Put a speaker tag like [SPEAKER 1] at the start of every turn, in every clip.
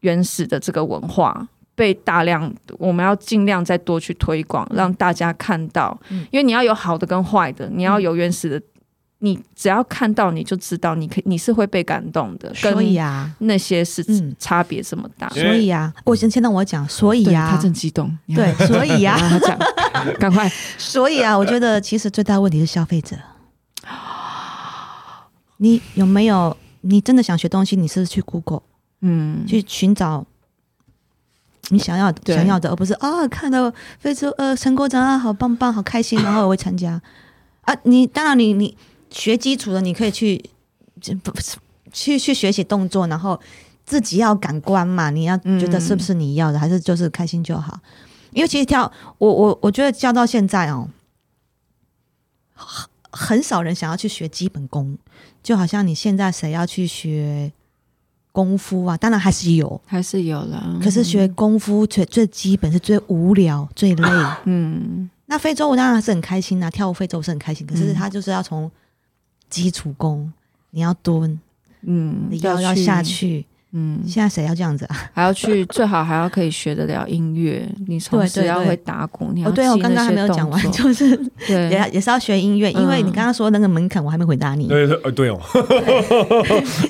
[SPEAKER 1] 原始的这个文化被大量，我们要尽量再多去推广，
[SPEAKER 2] 嗯
[SPEAKER 1] 让大家看到，因为你要有好的跟坏的，你要有原始
[SPEAKER 2] 嗯
[SPEAKER 1] 的。你只要看到你就知道，你可你是会被感动的，跟
[SPEAKER 2] 所以啊，
[SPEAKER 1] 那些是
[SPEAKER 2] 嗯
[SPEAKER 1] 差别这么大。
[SPEAKER 2] 所以啊，我先先让我讲，所以
[SPEAKER 1] 对
[SPEAKER 2] 啊
[SPEAKER 1] 他，正激动，你看
[SPEAKER 2] 对，所以啊，
[SPEAKER 1] 让他讲， 赶快，
[SPEAKER 2] 所以啊，我觉得其实最大问题是消费者。你有没有？你真的想学东西，你是不是去 Google
[SPEAKER 1] 嗯，
[SPEAKER 2] 去寻找你想要
[SPEAKER 1] 对
[SPEAKER 2] 想要的，而不是啊看到非洲呃成果展啊，好棒棒，好开心，然后我会参加啊。你当然你你学基础的，你可以去这不是去去学习动作，然后自己要感官嘛，你要
[SPEAKER 1] 嗯
[SPEAKER 2] 觉得是不是你要的，还是就是开心就好。因为其实跳我我我觉得教到现在哦，很很少人想要去学基本功，就好像你现在谁要去学功夫啊？当然还是有，
[SPEAKER 1] 还是有了。
[SPEAKER 2] 可是学功夫最最基本是最无聊、最累。
[SPEAKER 1] 嗯，
[SPEAKER 2] 那非洲我当然还是很开心啊，跳舞非洲我是很开心，可是
[SPEAKER 1] 嗯
[SPEAKER 2] 他就是要从基础功，你要蹲，
[SPEAKER 1] 嗯
[SPEAKER 2] 你要要下，去。
[SPEAKER 1] 嗯，
[SPEAKER 2] 现在谁要这样子啊？
[SPEAKER 1] 还要去，最好还要可以学得了音乐，你同
[SPEAKER 2] 对
[SPEAKER 1] 时
[SPEAKER 2] 对
[SPEAKER 1] 要
[SPEAKER 2] 对
[SPEAKER 1] 会打鼓，你要
[SPEAKER 2] 哦，对，我
[SPEAKER 1] 记
[SPEAKER 2] 刚刚
[SPEAKER 1] 那
[SPEAKER 2] 还没
[SPEAKER 1] 些
[SPEAKER 2] 有讲
[SPEAKER 1] 动
[SPEAKER 2] 完，
[SPEAKER 1] 作，
[SPEAKER 2] 就是也
[SPEAKER 1] 对，嗯
[SPEAKER 2] 也是要学音乐，因为你刚刚说那个门槛，我还没回答 你，
[SPEAKER 3] 对对呃对哦，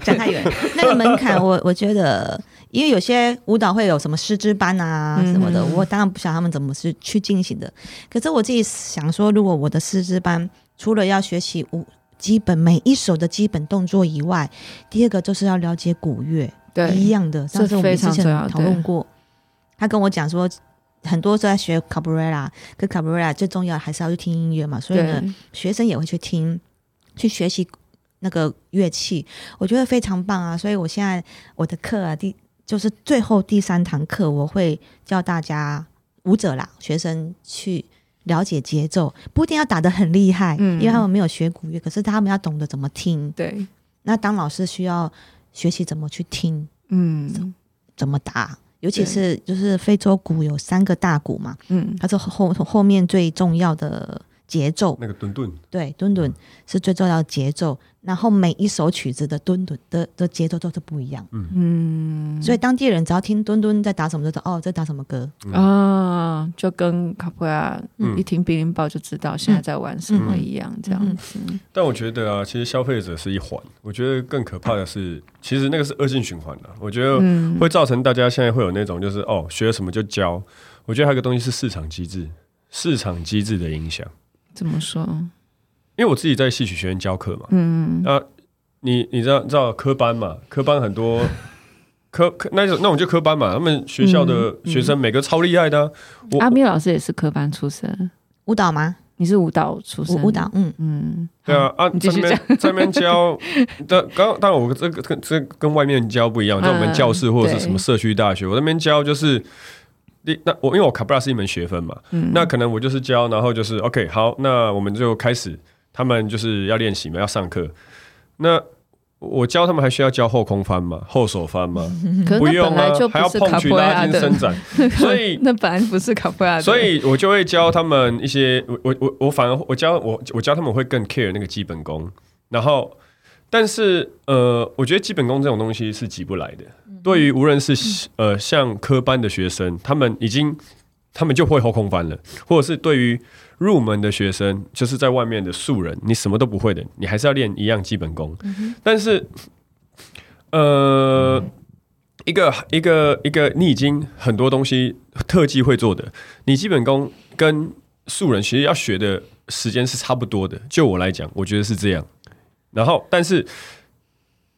[SPEAKER 2] 讲太远。那个门槛我，我觉得，因为有些舞蹈会有什么师资班啊
[SPEAKER 1] 嗯
[SPEAKER 2] 什么的，我当然不晓得他们怎么是去进行的。可是我自己想说，如果我的师资班除了要学习舞基本每一首的基本动作以外，第二个就是要了解古乐，一
[SPEAKER 1] 对，
[SPEAKER 2] 样的。
[SPEAKER 1] 这
[SPEAKER 2] 上次我们
[SPEAKER 1] 非
[SPEAKER 2] 之
[SPEAKER 1] 常
[SPEAKER 2] 前
[SPEAKER 1] 重要
[SPEAKER 2] 讨论过，他跟我讲说，很多都在学 Cabrera，跟 Cabrera 最重要还是要去听音乐嘛，所以呢。
[SPEAKER 1] 对，
[SPEAKER 2] 学生也会去听，去学习那个乐器，我觉得非常棒啊！所以我现在我的课啊，第就是最后第三堂课，我会教大家舞者啦，学生去了解节奏，不一定要打得很厉害，
[SPEAKER 1] 嗯
[SPEAKER 2] 因为他们没有学古乐，可是他们要懂得怎么听。
[SPEAKER 1] 对，
[SPEAKER 2] 那当老师需要学习怎么去听，
[SPEAKER 1] 嗯
[SPEAKER 2] 怎么打。尤其是就是非洲鼓有三个大鼓嘛，
[SPEAKER 1] 嗯，
[SPEAKER 2] 它是后后后面最重要的节奏，
[SPEAKER 3] 那个顿顿，
[SPEAKER 2] 对，蹲蹲是最重要的节奏，然后每一首曲子的蹲蹲的的节奏都是不一样，
[SPEAKER 1] 嗯
[SPEAKER 2] 所以当地人只要听蹲蹲在打什么，就知道哦，在打什么歌。
[SPEAKER 1] 啊，就跟卡普亚
[SPEAKER 3] 嗯
[SPEAKER 1] 一听《比林报》就知道现在在玩什么一样，这
[SPEAKER 2] 嗯
[SPEAKER 1] 样子。
[SPEAKER 3] 但我觉得啊，其实消费者是一环，我觉得更可怕的是，其实那个是恶性循环的、我觉得
[SPEAKER 1] 嗯
[SPEAKER 3] 会造成大家现在会有那种就是哦，学什么就教。我觉得还有一个东西是市场机制，市场机制的影响。
[SPEAKER 1] 怎么说？
[SPEAKER 3] 因为我自己在戏曲学院教课嘛，
[SPEAKER 1] 嗯
[SPEAKER 3] 那、你你知道知道科班嘛？科班很 多科科那种那种就科班嘛，他们学校的
[SPEAKER 1] 嗯嗯
[SPEAKER 3] 学生每个超厉害的啊、我
[SPEAKER 1] 阿咪老师也是科班出身，
[SPEAKER 2] 舞蹈吗？
[SPEAKER 1] 你是舞蹈出
[SPEAKER 2] 舞
[SPEAKER 1] 身，
[SPEAKER 2] 舞蹈，，嗯，
[SPEAKER 1] 嗯，
[SPEAKER 3] 对啊，啊，
[SPEAKER 1] 你继
[SPEAKER 3] 这
[SPEAKER 1] 续
[SPEAKER 3] 边这边 教，但刚当然我这个跟这个跟外面教不一样，在我们
[SPEAKER 1] 嗯
[SPEAKER 3] 教室或者是
[SPEAKER 1] 对
[SPEAKER 3] 什么社区大学，我那边教就是，第那我因为我卡布拉是一门学分嘛，
[SPEAKER 1] 嗯
[SPEAKER 3] 那可能我就是教，然后就是 OK，好，那我们就开始，他们就是要练习嘛，要上课。那我教他们还需要教后空翻吗？后手翻吗？
[SPEAKER 1] 可是嗯
[SPEAKER 3] 不
[SPEAKER 1] 那
[SPEAKER 3] 用
[SPEAKER 1] 本
[SPEAKER 3] 啊
[SPEAKER 1] 来就，
[SPEAKER 3] 还要
[SPEAKER 1] 不是
[SPEAKER 3] 碰
[SPEAKER 1] 卡
[SPEAKER 3] 曲
[SPEAKER 1] 普
[SPEAKER 3] 拉
[SPEAKER 1] 亚
[SPEAKER 3] 筋
[SPEAKER 1] 的
[SPEAKER 3] 伸，展，所以
[SPEAKER 1] 那本来不是卡普亚的，
[SPEAKER 3] 所 以我就会教他们一些，我我我我反而我教我我教他们会更 care 那个基本功，然后但是呃，我觉得基本功这种东西是急不来的。对于无论是呃像科班的学生，他们已经他们就会后空翻了，或者是对于入门的学生，就是在外面的素人，你什么都不会的，你还是要练一样基本功。但是呃。一个一个一个，你已经很多东西特技会做的，你基本功跟素人其实要学的时间是差不多的。就我来讲，我觉得是这样。然后，但是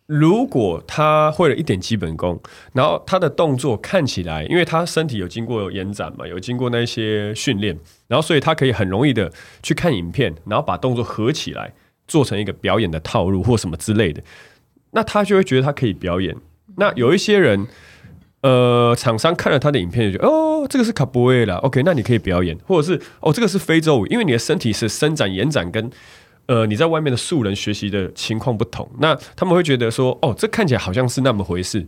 [SPEAKER 3] 如果他会了一点基本功，然后他的动作看起来，因为他身体有经过延展嘛，有经过那些训练，然后所以他可以很容易的去看影片，然后把动作合起来，做成一个表演的套路或什么之类的，那他就会觉得他可以表演。那有一些人，呃，厂商看了他的影片就觉得，哦，这个是卡波耶啦，OK，那你可以表演，或者是哦，这个是非洲舞，因为你的身体是伸展、延展跟呃你在外面的素人学习的情况不同，那他们会觉得说，哦，这看起来好像是那么回事，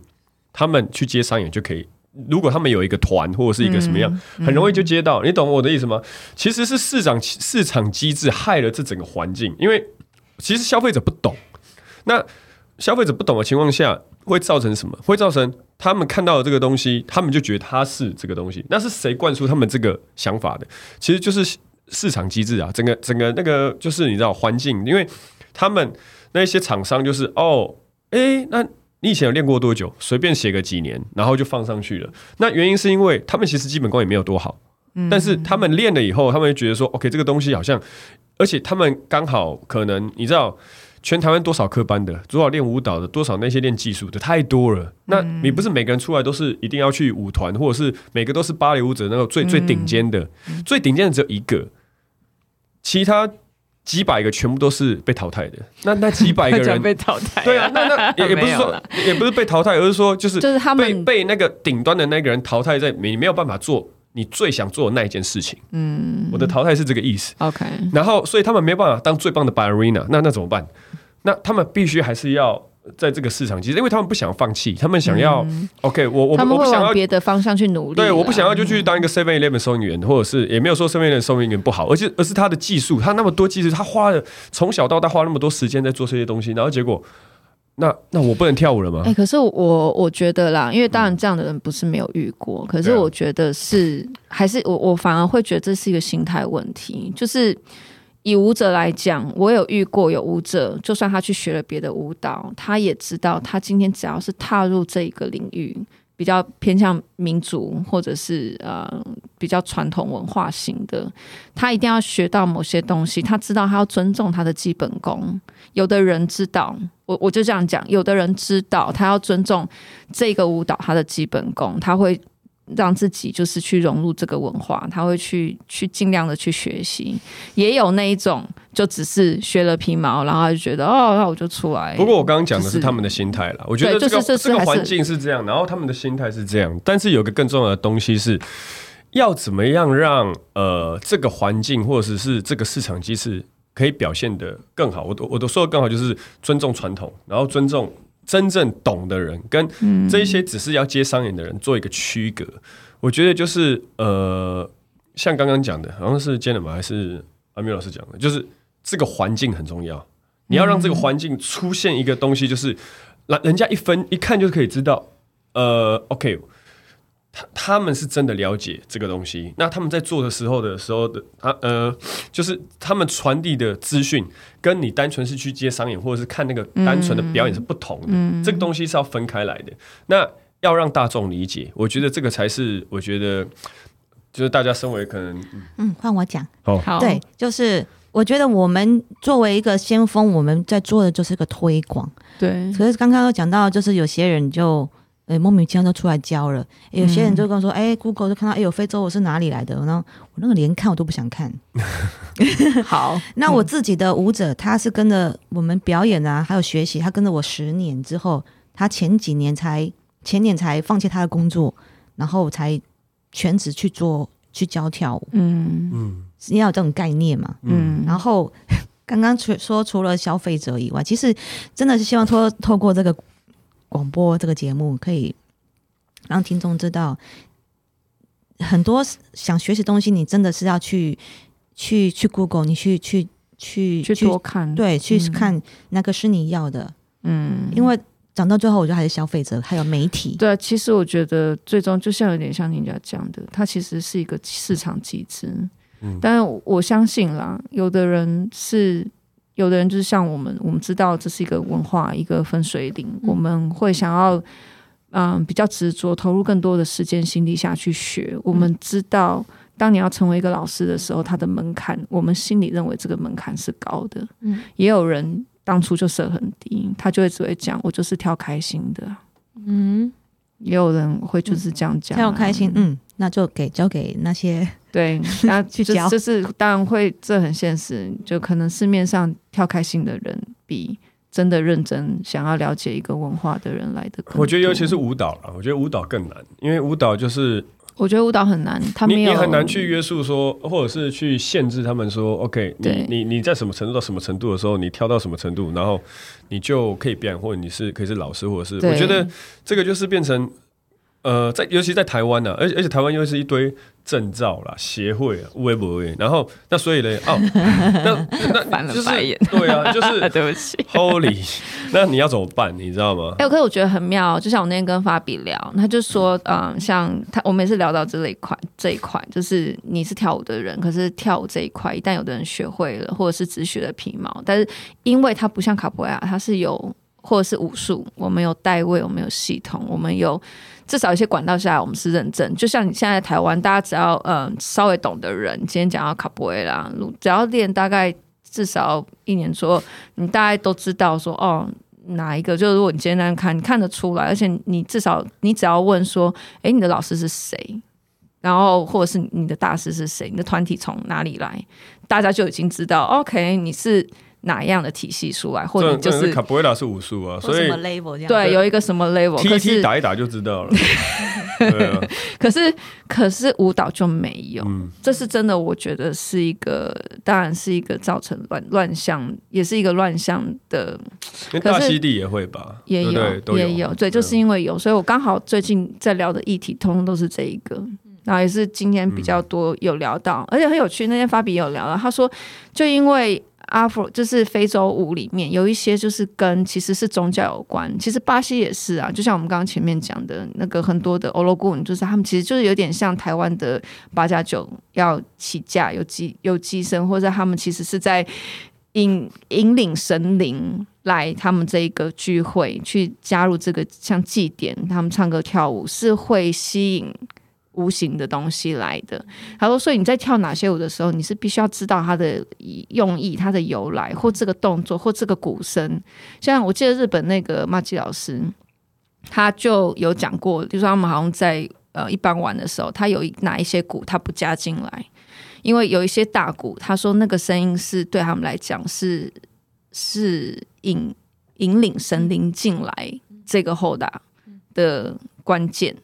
[SPEAKER 3] 他们去接商演就可以。如果他们有一个团或者是一个什么样，很容易就接到，你懂我的意思吗？其实是市场市场机制害了这整个环境，因为其实消费者不懂，那消费者不懂的情况下，会造成什么？会造成他们看到了这个东西，他们就觉得它是这个东西。那是谁灌输他们这个想法的？其实就是市市场机制啊，整个整个那个就是你知道环境，因为他们那些厂商就是哦，诶，那你以前有练过多久？随便写个几年，然后就放上去了。那原因是因为他们其实基本功也没有多好，但是他们练了以后，他们就觉得说，OK，这个东西好像，而且他们刚好可能你知道。全台湾多少科班的，多少练舞蹈的，多少那些练技术的，太多了。那你不是每个人出来都是一定要去舞团，或者是每个都是芭蕾舞者那个最最顶尖的，最顶尖的只有一个，其他几百个全部都是被淘汰的。那那几百个人
[SPEAKER 4] 被淘汰，
[SPEAKER 3] 对啊，那 那也也不
[SPEAKER 4] 没
[SPEAKER 3] 是
[SPEAKER 4] 有
[SPEAKER 3] 说
[SPEAKER 4] 啦
[SPEAKER 3] 也不是被淘汰，而是说就是
[SPEAKER 1] 就是他
[SPEAKER 3] 被
[SPEAKER 1] 们
[SPEAKER 3] 被那个顶端的那个人淘汰在，你没有办法做你最想做的那一件事情。嗯，我的淘汰是这个意思。
[SPEAKER 1] OK，
[SPEAKER 3] 然后，所以他们没办法当最棒的 ballerina，那那怎么办？那他们必须还是要在这个市场，其实因为他们不想放弃，他们想要、OK，我
[SPEAKER 1] 嗯
[SPEAKER 3] 我
[SPEAKER 1] 他
[SPEAKER 3] 不
[SPEAKER 1] 们
[SPEAKER 3] 我不
[SPEAKER 1] 会
[SPEAKER 3] 想要
[SPEAKER 1] 往别的方向去努力。嗯
[SPEAKER 3] 对，我不想要。就去当一个 Seven Eleven 收银员，或者是也没有说 Seven Eleven 收银员不好，而且而是他的技术，他那么多技术，他花了从小到大花那么多时间在做这些东西，然后结果，那那我不能跳舞了吗嗯
[SPEAKER 1] 哎、？可是我我觉得啦，因为当然这样的人不是没有遇过，可是
[SPEAKER 3] 对啊
[SPEAKER 1] 我觉得是还是我我反而会觉得这是一个心态问题，就是。以舞者来讲，我有遇过有舞者，就算他去学了别的舞蹈，他也知道他今天只要是踏入这一个领域，比较偏向民族或者是呃比较传统文化型的，他一定要学到某些东西，他知道他要尊重他的基本功。有的人知道，我我就这样讲，有的人知道他要尊重这个舞蹈他的基本功，他会让自己就是去融入这个文化，他会去去尽量的去学习。也有那一种就只是学了皮毛，然后他就觉得哦，那我就出来。
[SPEAKER 3] 不过我刚刚讲的
[SPEAKER 1] 就是是
[SPEAKER 3] 他们的心态啦，我觉得
[SPEAKER 1] 对
[SPEAKER 3] 这个、
[SPEAKER 1] 就是就是
[SPEAKER 3] 这个
[SPEAKER 1] 还是
[SPEAKER 3] 环境是这样，然后他们的心态是这样，但是有个更重要的东西是，要怎么样让呃这个环境或者是这个市场机制可以表现得更好？我都我都说的更好，就是尊重传统，然后尊重真正懂的人，跟
[SPEAKER 1] 嗯
[SPEAKER 3] 这一些只是要接商演的人做一个区隔。我觉得就是呃，像刚刚讲的，好像是 j e n n 还是阿米老师讲的，就是这个环境很重要。你要让这个环境出现一个东西，就是人人家一分一看就可以知道，呃，OK，他他们是真的了解这个东西。那他们在做的时候的时候的，他呃，就是他们传递的资讯，跟你单纯是去接商演或者是看那个单纯的表演是不同
[SPEAKER 1] 嗯
[SPEAKER 3] 的。这个东西是要分开来的。那要让大众理解，我觉得这个才是我觉得就是大家身为可能
[SPEAKER 2] 嗯，换我讲。
[SPEAKER 3] 哦
[SPEAKER 1] 好，
[SPEAKER 2] 对，就是我觉得我们作为一个先锋，我们在做的就是个推广。
[SPEAKER 1] 对，
[SPEAKER 2] 可是刚刚有讲到，就是有些人就。呃莫名其妙就出来教了。有些人就跟我说：“哎、g o o g l e 就看到，哎、呦，非洲我是哪里来的？”然后我那个连看我都不想看。
[SPEAKER 4] 好，
[SPEAKER 2] 那我自己的舞者，他是跟着我们表演啊，还有学习，他跟着我十年之后，他前几年才前年才放弃他的工作，然后才全职去做去教跳舞，
[SPEAKER 1] 嗯
[SPEAKER 3] 嗯
[SPEAKER 2] 是要有这种概念嘛？
[SPEAKER 1] 嗯，
[SPEAKER 2] 然后刚刚除说除了消费者以外，其实真的是希望透透过这个广播这个节目，可以让听众知道，很多想学习东西，你真的是要去去去 Google，你去去去
[SPEAKER 1] 去多看，
[SPEAKER 2] 对去
[SPEAKER 1] 嗯
[SPEAKER 2] 看哪个是你要的，
[SPEAKER 1] 嗯，
[SPEAKER 2] 因为讲到最后，我觉得还是消费者还有媒体。
[SPEAKER 1] 对，啊其实我觉得最终就像有点像人家讲的，它其实是一个市场机制。
[SPEAKER 3] 嗯
[SPEAKER 1] 但是我相信啦，有的人是，有的人就是像我们，我们知道这是一个文化，一个分水岭，我们会想要。嗯，比较执着，投入更多的时间心力下去学。我们知道，当你要成为一个老师的时候，它的门槛，我们心里认为这个门槛是高的。
[SPEAKER 4] 嗯，
[SPEAKER 1] 也有人当初就设很低，他就会只会讲我就是跳开心的啊。
[SPEAKER 4] 嗯，
[SPEAKER 1] 也有人会就是这样讲、啊，
[SPEAKER 2] 才有开心，嗯，那就给交给那些
[SPEAKER 1] 对，那
[SPEAKER 2] 去
[SPEAKER 1] 就
[SPEAKER 2] 教
[SPEAKER 1] 就是当然会，这很现实，就可能市面上跳开心的人比真的认真想要了解一个文化的人来的。
[SPEAKER 3] 我觉得尤其是，舞蹈啦，我觉得舞蹈更难，因为舞蹈就是
[SPEAKER 1] 我觉得舞蹈很难，他
[SPEAKER 3] 你
[SPEAKER 1] 没
[SPEAKER 3] 你
[SPEAKER 1] 有
[SPEAKER 3] 很难 去约束说，或者是去限制他们说，OK，你
[SPEAKER 1] 对
[SPEAKER 3] 你你在什么程度到什么程度的时候，你跳到什么程度，然后你就可以表演，或者你是可以是老师，或者是
[SPEAKER 1] 对
[SPEAKER 3] 我觉得这个就是变成呃，在尤其在台湾呢、而且而且台湾又是一堆证照啦、协会、啊、微博欸，然后那所以嘞， 哦，那那
[SPEAKER 4] 翻了
[SPEAKER 3] 就是
[SPEAKER 4] 白眼
[SPEAKER 3] 对啊，就是
[SPEAKER 4] 对不起，
[SPEAKER 3] Holy，那你要怎么办？你知道吗？
[SPEAKER 1] 哎、可是我觉得很妙，就像我那天跟法比聊，他就说，嗯，像他，我们也是聊到这类块这一块，就是你是跳舞的人，可是跳舞这一块，一旦有的人学会了，或者是只学了皮毛，但是因为它不像卡布亚，它是有或者是武术，我们有代位，我们有系统，我们有至少一些管道下来，我们是认证。就像你现在台湾，大家只要嗯稍微懂的人，今天讲到卡布埃拉，只要练大概至少一年左右，你大概都知道说哦。哪一个？就是如果你今天看，你看得出来，而且你至少你只要问说，诶，你的老师是谁？然后或者是你的大师是谁？你的团体从哪里来？大家就已经知道，OK，你是哪样的体系出来，或者
[SPEAKER 3] 这
[SPEAKER 1] 你就
[SPEAKER 3] 这
[SPEAKER 1] 是
[SPEAKER 3] 卡布瑞拉是武术啊，
[SPEAKER 2] 或
[SPEAKER 3] 所
[SPEAKER 2] 什
[SPEAKER 3] 以
[SPEAKER 2] 么 label 这样
[SPEAKER 1] 对，有一个什么 level，
[SPEAKER 3] T
[SPEAKER 1] 可
[SPEAKER 3] T
[SPEAKER 1] 是
[SPEAKER 3] 打一打就知道了。对啊，
[SPEAKER 1] 可是可是舞蹈就没有，
[SPEAKER 3] 嗯，
[SPEAKER 1] 这是真的，我觉得是一个，当然是一个造成乱乱象，也是一个乱象的，
[SPEAKER 3] 因为
[SPEAKER 1] 可是
[SPEAKER 3] 大溪地也会吧，
[SPEAKER 1] 也有
[SPEAKER 3] 对不对都
[SPEAKER 1] 也
[SPEAKER 3] 有，
[SPEAKER 1] 对，就是因为有，所以我刚好最近在聊的议题，通通都是这一个，然后也是今天比较多有聊到，而且很有趣，那天法比也有聊到，他说就因为。阿佛就是非洲舞里面有一些就是跟其实是宗教有关，其实巴西也是啊，就像我们刚刚前面讲的那个很多的欧罗贡，就是他们其实就是有点像台湾的八加九要起价有鸡有鸡生，或者他们其实是在引引领神灵来他们这一个聚会，去加入这个像祭典，他们唱歌跳舞是会吸引无形的东西来的。他说，所以你在跳哪些舞的时候，你是必须要知道它的用意、它的由来，或这个动作，或这个鼓声。像我记得日本那个马吉老师，他就有讲过，就说他们好像在呃一般玩的时候，他有一哪一些鼓他不加进来，因为有一些大鼓，他说那个声音是对他们来讲是是引引领神灵进来这个后打的关键，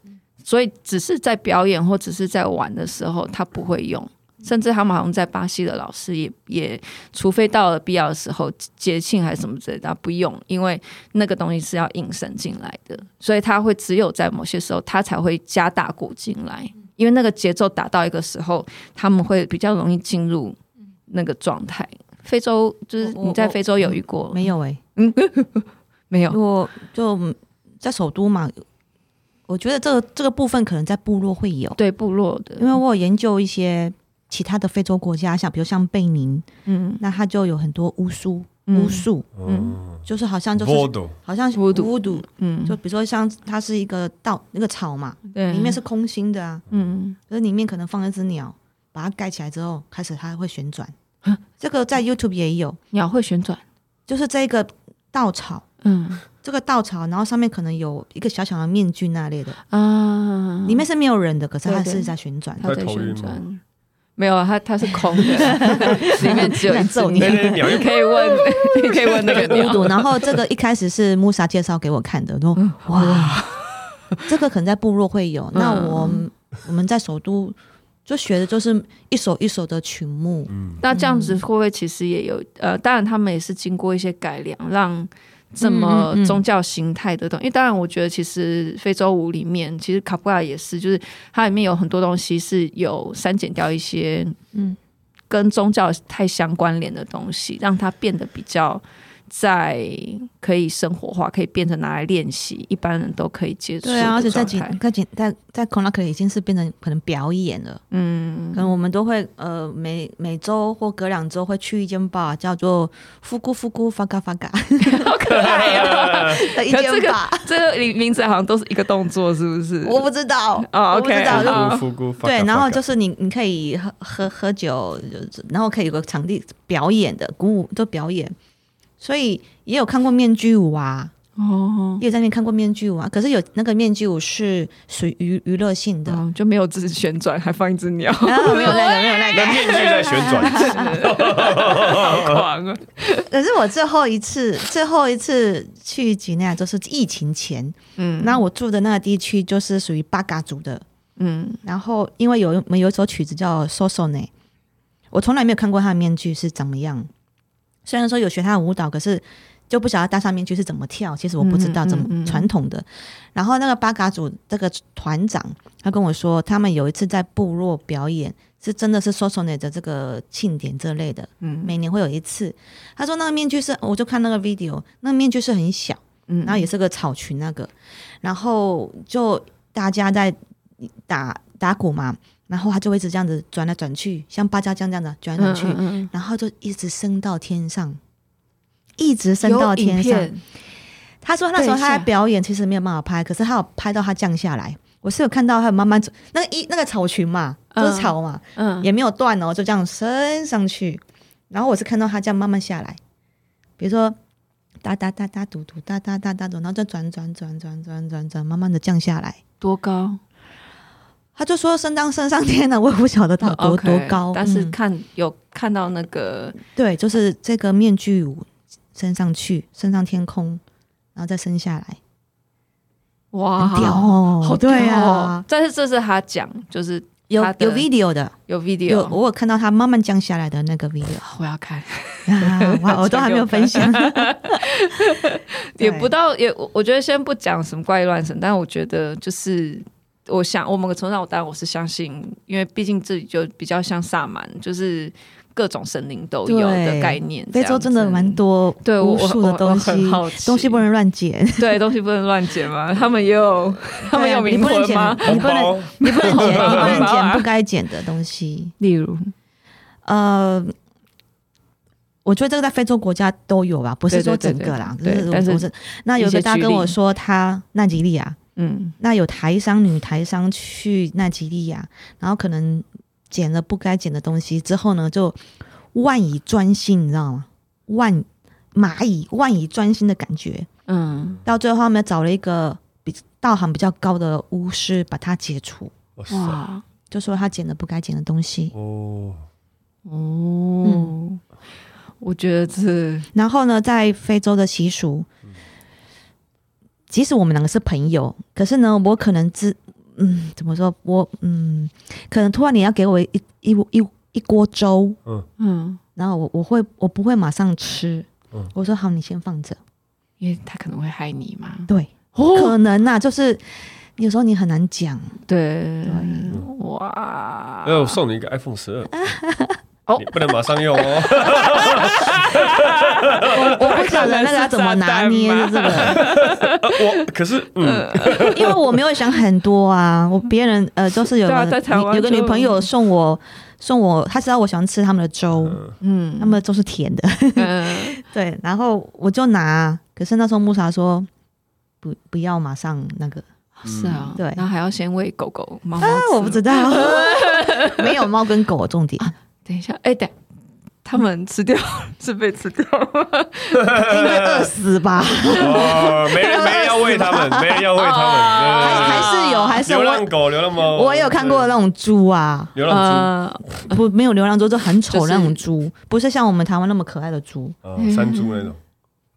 [SPEAKER 1] 所以只是在表演或只是在玩的时候，他不会用。甚至他们好像在巴西的老师也也，除非到了必要的时候，节庆还是什么之类的，他不用，因为那个东西是要引申进来的，所以他会只有在某些时候，他才会加大鼓进来，因为那个节奏打到一个时候，他们会比较容易进入那个状态。非洲就是
[SPEAKER 2] 我我
[SPEAKER 1] 你在非洲有遇过
[SPEAKER 2] 没有哎、
[SPEAKER 1] 嗯没有？
[SPEAKER 2] 我就嗯在首都嘛，我觉得这个这个部分可能在部落会有，
[SPEAKER 1] 对部落的，
[SPEAKER 2] 因为我有研究一些其他的非洲国家，像比如像贝宁，
[SPEAKER 1] 嗯，
[SPEAKER 2] 那它就有很多巫术，
[SPEAKER 1] 嗯
[SPEAKER 2] 巫术
[SPEAKER 1] 嗯
[SPEAKER 3] 嗯
[SPEAKER 2] 就是好像就是
[SPEAKER 3] v o d o
[SPEAKER 2] 好像
[SPEAKER 1] 巫毒
[SPEAKER 2] 巫毒，
[SPEAKER 1] 嗯，
[SPEAKER 2] 就比如说像它是一个稻那个草嘛，
[SPEAKER 1] 对
[SPEAKER 2] 里面是空心的啊，
[SPEAKER 1] 嗯，
[SPEAKER 2] 可是里面可能放一只鸟，把它盖起来之后，开始它会旋转。
[SPEAKER 1] 嗯
[SPEAKER 2] 这个在 YouTube 也有，
[SPEAKER 1] 鸟会旋转，
[SPEAKER 2] 就是这个稻草，
[SPEAKER 1] 嗯
[SPEAKER 2] 这个稻草，然后上面可能有一个小小的面具那类的，
[SPEAKER 1] 啊，
[SPEAKER 2] 里面是没有人的，可是它
[SPEAKER 1] 对对
[SPEAKER 2] 是在旋转的。
[SPEAKER 1] 它
[SPEAKER 3] 在
[SPEAKER 1] 在
[SPEAKER 3] 头
[SPEAKER 1] 旋
[SPEAKER 3] 晕吗
[SPEAKER 1] 转， 没有，啊它它是空 的，里面只有一
[SPEAKER 2] 想
[SPEAKER 1] 只
[SPEAKER 2] 揍你
[SPEAKER 3] 那那鸟又
[SPEAKER 1] 你可以 问，你可以问那个
[SPEAKER 2] 孤
[SPEAKER 1] 鸟，
[SPEAKER 2] 独，然后这个一开始是穆莎介绍给我看的，
[SPEAKER 1] 嗯
[SPEAKER 2] 然后哇， 这个可能在部落会有。那我我们在首都就学的就是一首一首的曲目，
[SPEAKER 3] 嗯，
[SPEAKER 1] 那这样子会不会其实也有呃？当然，他们也是经过一些改良，让这么
[SPEAKER 2] 嗯嗯嗯
[SPEAKER 1] 宗教形态的东西。因为当然，我觉得其实非洲舞里面，其实卡布拉也是，就是它里面有很多东西是有删减掉一些
[SPEAKER 2] 嗯
[SPEAKER 1] 跟宗教太相关联的东西，让它变得比较在可以生活化，可以变成拿来练习，一般人都可以接触的
[SPEAKER 2] 对
[SPEAKER 1] 状态。
[SPEAKER 2] 啊，而且在几 在几在在 c o n a c 已经是变成可能表演了，
[SPEAKER 1] 嗯
[SPEAKER 2] 可能我们都会呃每每周或隔两周会去一间 bar 叫做复古复古发嘎发嘎
[SPEAKER 1] 好可爱
[SPEAKER 2] 啊
[SPEAKER 1] 哦、
[SPEAKER 2] 的一
[SPEAKER 1] 可
[SPEAKER 2] 间
[SPEAKER 1] 这个
[SPEAKER 2] bar，
[SPEAKER 1] 这个名名字好像都是一个动作，是不是？
[SPEAKER 2] 我不知道，
[SPEAKER 1] 哦
[SPEAKER 2] 我不知
[SPEAKER 1] ，OK，
[SPEAKER 2] 道，就
[SPEAKER 1] 好
[SPEAKER 3] 复古，
[SPEAKER 2] 对，然后就是是你你可以喝喝喝酒，就是然后可以有个场地表演的鼓舞都表演，所以也有看过面具舞啊，
[SPEAKER 1] 哦，
[SPEAKER 2] 也有在那边看过面具舞啊。可是有那个面具舞是属于娱娱乐 性的，
[SPEAKER 1] 嗯，就没有自己旋转，还放一只 鸟，
[SPEAKER 2] 然后没有那个没有那
[SPEAKER 3] 那
[SPEAKER 2] 个。
[SPEAKER 3] 面具在旋转，
[SPEAKER 1] 好狂啊！
[SPEAKER 2] 可是我最后一次最后一次去几内亚就是疫情前，
[SPEAKER 1] 嗯
[SPEAKER 2] 那我住的那个地区就是属于巴嘎族的，
[SPEAKER 1] 嗯
[SPEAKER 2] 然后因为有我们有一首曲子叫《So So》呢，我从来没有看过他的面具是怎么样。虽然说有学他的舞蹈，可是就不晓得大上面去是怎么跳，其实我不知
[SPEAKER 1] 嗯
[SPEAKER 2] 道
[SPEAKER 1] 嗯
[SPEAKER 2] 怎么、
[SPEAKER 1] 嗯嗯
[SPEAKER 2] 传统的。然后那个巴嘎组这个团长，他跟我说，他们有一次在部落表演，是真的是 s o s o n e 的这个庆典这类的，
[SPEAKER 1] 嗯
[SPEAKER 2] 每年会有一次。他说那个面具是，我就看那个 video，那个面具是很小。
[SPEAKER 1] 嗯
[SPEAKER 2] 然后也是个草裙那个，然后就大家在打打鼓嘛，然后他就会一直这样子转来转去，像芭蕉这样这样子转来转去，
[SPEAKER 1] 嗯嗯
[SPEAKER 2] 然后就一直升到天上，一直
[SPEAKER 1] 嗯
[SPEAKER 2] 升到天
[SPEAKER 1] 有
[SPEAKER 2] 上
[SPEAKER 1] 影。片
[SPEAKER 2] 他说那时候他
[SPEAKER 1] 对
[SPEAKER 2] 在
[SPEAKER 1] 是啊
[SPEAKER 2] 表演，其实没有办法拍，可是他有拍到他降下来。我是有看到他有慢慢走，那个一那个草裙嘛，就
[SPEAKER 1] 嗯
[SPEAKER 2] 是草嘛，
[SPEAKER 1] 嗯，
[SPEAKER 2] 也没有断哦，就这样升上去。然后我是看到它这样慢慢下来，比如说哒哒哒哒嘟嘟哒哒哒哒嘟，然后再转转转转转转转，慢慢的降下来。
[SPEAKER 1] 多高？
[SPEAKER 2] 他就说升当升上天啊 了，我也不晓得到
[SPEAKER 1] 哦
[SPEAKER 2] 多
[SPEAKER 1] OK，
[SPEAKER 2] 多高，
[SPEAKER 1] 但是
[SPEAKER 2] 嗯
[SPEAKER 1] 看有看到那个
[SPEAKER 2] 对，就是这个面具舞升上去，升上天空，然后再升下来，
[SPEAKER 1] 哇，
[SPEAKER 2] 很屌哦，
[SPEAKER 1] 啊好屌哦
[SPEAKER 2] 对啊，，
[SPEAKER 1] 但是这是他讲，就是
[SPEAKER 2] 有
[SPEAKER 1] 他的
[SPEAKER 2] 有 video 的，
[SPEAKER 1] 有
[SPEAKER 2] 有
[SPEAKER 1] video，
[SPEAKER 2] 我有看到它慢慢降下来的那个 video
[SPEAKER 1] 我要看，
[SPEAKER 2] 啊，哇，我都还没有分享，
[SPEAKER 1] 也
[SPEAKER 2] 对
[SPEAKER 1] 不到也，我我觉得先不讲什么怪力乱神，但我觉得就是。我想，我某个程度上，我当然我是相信，因为毕竟这里就比较像萨满，就是各种神灵都有的
[SPEAKER 2] 对
[SPEAKER 1] 概念。
[SPEAKER 2] 非洲
[SPEAKER 1] 这
[SPEAKER 2] 真
[SPEAKER 1] 样子
[SPEAKER 2] 的蛮多
[SPEAKER 1] 对我
[SPEAKER 2] 无数的东西
[SPEAKER 1] 我我很好奇
[SPEAKER 2] 东西不能乱捡，
[SPEAKER 1] 对东西不能乱捡嘛，他们也 有他们有
[SPEAKER 2] 对你
[SPEAKER 1] 灵
[SPEAKER 2] 不能
[SPEAKER 1] 魂
[SPEAKER 2] 捡
[SPEAKER 1] 吗？
[SPEAKER 2] 你
[SPEAKER 3] 红
[SPEAKER 2] 不能
[SPEAKER 3] 包啊
[SPEAKER 2] 你不能捡，你不能
[SPEAKER 1] 好
[SPEAKER 2] 捡
[SPEAKER 1] 吧
[SPEAKER 2] 不该捡的东西。
[SPEAKER 1] 例如，
[SPEAKER 2] 呃，我觉得这个在非洲国家都有啊吧，不是说
[SPEAKER 1] 对
[SPEAKER 2] 整
[SPEAKER 1] 对对
[SPEAKER 2] 个啦。
[SPEAKER 1] 对
[SPEAKER 2] 可是
[SPEAKER 1] 但是
[SPEAKER 2] 我是那有
[SPEAKER 1] 一些
[SPEAKER 2] 个大
[SPEAKER 1] 举
[SPEAKER 2] 家跟
[SPEAKER 1] 例
[SPEAKER 2] 我说他奈及利亚，
[SPEAKER 1] 嗯，
[SPEAKER 2] 那有台商女台商去奈及利亚，然后可能捡了不该捡的东西之后呢，就万蚁专心，你知道吗？万蚂蚁万蚁专心的感觉，
[SPEAKER 1] 嗯，
[SPEAKER 2] 到最后他们找了一个比道行比较高的巫师把他解除，
[SPEAKER 3] 哇塞
[SPEAKER 1] 哇，
[SPEAKER 2] 就说他捡了不该捡的东西。
[SPEAKER 3] 哦，
[SPEAKER 1] 哦，我觉得这
[SPEAKER 2] 然后呢，在非洲的习俗，即使我们两个是朋友，可是呢，我可能知，嗯，怎么说，我嗯，可能突然你要给我一一一一锅粥，
[SPEAKER 1] 嗯，
[SPEAKER 2] 然后我我会我不会马上吃
[SPEAKER 3] 嗯，
[SPEAKER 2] 我说好，你先放着。
[SPEAKER 1] 因为他可能会害你嘛。
[SPEAKER 2] 对，哦可能呐、就是有时候你很难讲，
[SPEAKER 1] 对，
[SPEAKER 2] 对
[SPEAKER 1] 哇，
[SPEAKER 3] 那我送你一个 iPhone 十二，你不能马上用哦。
[SPEAKER 2] 我不晓得那个要怎么拿捏
[SPEAKER 1] 可能是
[SPEAKER 2] 这 个。
[SPEAKER 3] 呃我可是嗯，
[SPEAKER 2] 因为我没有想很多啊，我别人呃就是有
[SPEAKER 1] 对啊
[SPEAKER 2] 个
[SPEAKER 1] 在台湾
[SPEAKER 2] 有
[SPEAKER 1] 就
[SPEAKER 2] 个女朋友送我送我，她知道我喜欢吃他们的粥，
[SPEAKER 3] 嗯
[SPEAKER 1] 嗯，
[SPEAKER 2] 他们的粥是甜的，
[SPEAKER 1] 嗯
[SPEAKER 2] 对，然后我就拿，可是那时候穆莎说不不要马上那个，
[SPEAKER 1] 是啊，
[SPEAKER 2] 对
[SPEAKER 1] 然后还要先喂狗狗、猫猫
[SPEAKER 2] 啊，我不知
[SPEAKER 1] 道。
[SPEAKER 2] 道， 啊没有猫跟狗重点，
[SPEAKER 1] 等一下，哎，等。他们吃掉是被吃掉了，
[SPEAKER 2] 应该饿死吧，
[SPEAKER 3] 哦，没人没人要喂他们，没人要 喂
[SPEAKER 2] 还
[SPEAKER 3] 他
[SPEAKER 2] 还
[SPEAKER 3] 们。
[SPEAKER 2] 是有，还是
[SPEAKER 3] 对流浪
[SPEAKER 2] 我
[SPEAKER 3] 狗、流浪猫，
[SPEAKER 2] 我也有看过那种猪啊，
[SPEAKER 3] 对流浪
[SPEAKER 1] 呃，
[SPEAKER 2] 不没有流浪猪，就很
[SPEAKER 1] 就
[SPEAKER 2] 丑
[SPEAKER 1] 是
[SPEAKER 2] 那种猪，不是像我们台湾那么可爱的猪，
[SPEAKER 3] 猪哦、山猪那种。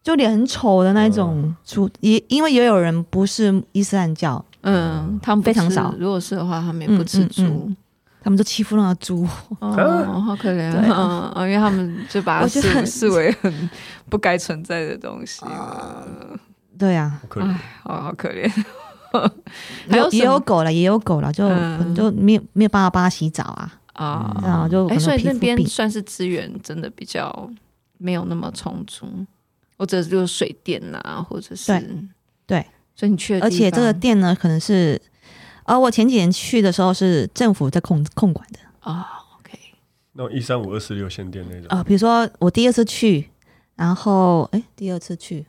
[SPEAKER 2] 就脸很丑的那一种
[SPEAKER 3] 嗯
[SPEAKER 2] 出，也因为也有人不是伊斯兰教，
[SPEAKER 1] 嗯，他们不吃
[SPEAKER 2] 非常少
[SPEAKER 1] 如果是的话，他们也不吃
[SPEAKER 2] 嗯嗯
[SPEAKER 1] 猪，
[SPEAKER 2] 他们就欺负那个猪，
[SPEAKER 1] 哦，好可怜
[SPEAKER 2] 对
[SPEAKER 1] 啊！嗯因为他们就把它
[SPEAKER 2] 我觉
[SPEAKER 1] 视
[SPEAKER 2] 得很
[SPEAKER 1] 视为很不该存在的东西，
[SPEAKER 2] 对啊，
[SPEAKER 3] 好可怜，
[SPEAKER 1] 好好可怜。还
[SPEAKER 2] 也
[SPEAKER 1] 有
[SPEAKER 2] 有
[SPEAKER 1] 什么
[SPEAKER 2] 也有狗了，也有狗了，就、
[SPEAKER 1] 嗯
[SPEAKER 2] 可能就没有没有办法帮它洗澡啊，
[SPEAKER 1] 啊。
[SPEAKER 2] 然后嗯就可
[SPEAKER 1] 哎、所
[SPEAKER 2] 能
[SPEAKER 1] 以
[SPEAKER 2] 皮
[SPEAKER 1] 那
[SPEAKER 2] 肤
[SPEAKER 1] 边
[SPEAKER 2] 病，
[SPEAKER 1] 算是资源真的比较没有那么充足，或者就是水电啊，或者是
[SPEAKER 2] 对对
[SPEAKER 1] 所以你去的地方，
[SPEAKER 2] 而且这个店呢，可能是，呃，我前几年去的时候是政府在控控管的
[SPEAKER 1] 啊、o k
[SPEAKER 3] 那种一三五二四六线店那种。
[SPEAKER 2] 啊、呃比如说我第二次去，然后哎，第二次去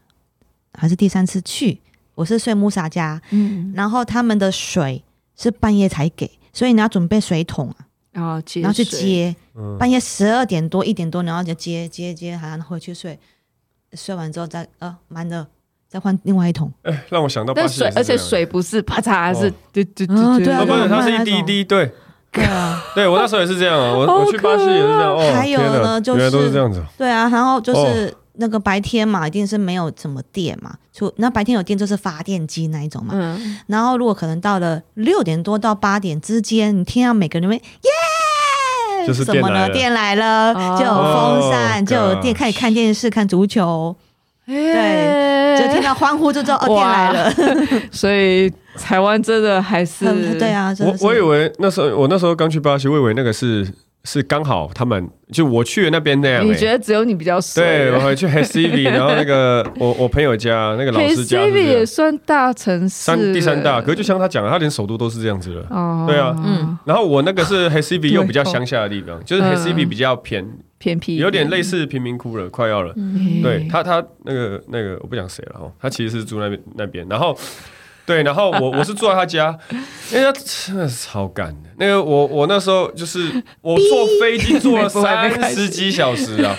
[SPEAKER 2] 还是第三次去，我是睡穆萨家，
[SPEAKER 1] 嗯，
[SPEAKER 2] 然后他们的水是半夜才给，所以你要准备水桶啊，
[SPEAKER 1] 然后接
[SPEAKER 2] 然后去
[SPEAKER 1] 水，
[SPEAKER 2] 接。
[SPEAKER 3] 嗯，
[SPEAKER 2] 半夜十二点多一点多，然后就接接接，好像回去睡，睡完之后再呃满了，再换另外 一桶。
[SPEAKER 3] 哎、让我想到巴
[SPEAKER 1] 但
[SPEAKER 3] 西
[SPEAKER 1] 水
[SPEAKER 3] 也是这样，
[SPEAKER 1] 而且水不是啪嚓，是
[SPEAKER 3] 哦
[SPEAKER 1] 对对
[SPEAKER 2] 啊
[SPEAKER 1] 对
[SPEAKER 2] 对啊
[SPEAKER 3] 哦，不
[SPEAKER 2] 对
[SPEAKER 3] 是，
[SPEAKER 2] 啊
[SPEAKER 3] 它
[SPEAKER 2] 慢
[SPEAKER 3] 是一
[SPEAKER 2] 慢
[SPEAKER 3] 滴一
[SPEAKER 2] 走
[SPEAKER 3] 滴，对，
[SPEAKER 2] 对啊，
[SPEAKER 3] 对我那时候也是这样啊，我我去巴西也是这样，哦，
[SPEAKER 2] 还有
[SPEAKER 3] 天哪
[SPEAKER 2] 呢就是
[SPEAKER 3] 原来都是这样子，
[SPEAKER 2] 对啊，然后就是
[SPEAKER 3] 哦
[SPEAKER 2] 那个白天嘛，一定是没有什么电嘛，就那白天有电就是发电机那一种嘛。
[SPEAKER 1] 嗯，
[SPEAKER 2] 然后如果可能到了六点多到八点之间，你听到每个人会耶，
[SPEAKER 3] 就是
[SPEAKER 2] 什么
[SPEAKER 3] 电来
[SPEAKER 2] 呢？
[SPEAKER 3] 了
[SPEAKER 2] 电来了，
[SPEAKER 1] 哦
[SPEAKER 2] 就有风扇，
[SPEAKER 3] Oh,
[SPEAKER 2] 就有电，
[SPEAKER 3] gosh
[SPEAKER 2] 开始看电视、看足球。对就听到欢呼就知道哦，天来了，
[SPEAKER 1] 所以台湾真的还是
[SPEAKER 2] 很对啊，真
[SPEAKER 3] 我
[SPEAKER 2] 的是
[SPEAKER 3] 我以为那时候我那时候刚去巴西，我以为那个是是刚好他们就我去的那边那样、欸。
[SPEAKER 1] 你觉得啊只有你比较衰？
[SPEAKER 3] 对，我还去 h e s i v i 然后那个我我朋友家那个老师家是
[SPEAKER 1] v
[SPEAKER 3] 这
[SPEAKER 1] i 也
[SPEAKER 3] 样
[SPEAKER 1] 算大城市
[SPEAKER 3] 三
[SPEAKER 1] 了，
[SPEAKER 3] 第三大，可是就像他讲的，他连首都都是这样子了。
[SPEAKER 1] 哦，
[SPEAKER 3] 对啊
[SPEAKER 2] 嗯，
[SPEAKER 3] 然后我那个是 h e s i v i
[SPEAKER 1] 对
[SPEAKER 3] 又比较乡下的地方，就是 h e s i v i 比较偏，
[SPEAKER 1] 偏僻一
[SPEAKER 3] 有点类似贫民窟了，快要了。
[SPEAKER 1] 嗯
[SPEAKER 3] 对他，他那个那个，我不讲谁了哦，他其实是住那边那边，然后 对，然后我我是住在他家，因为他真的是超赶的。那个我我那时候就是我坐飞机坐了
[SPEAKER 1] 不会 没
[SPEAKER 3] 三
[SPEAKER 1] 关系
[SPEAKER 3] 十几小时啊，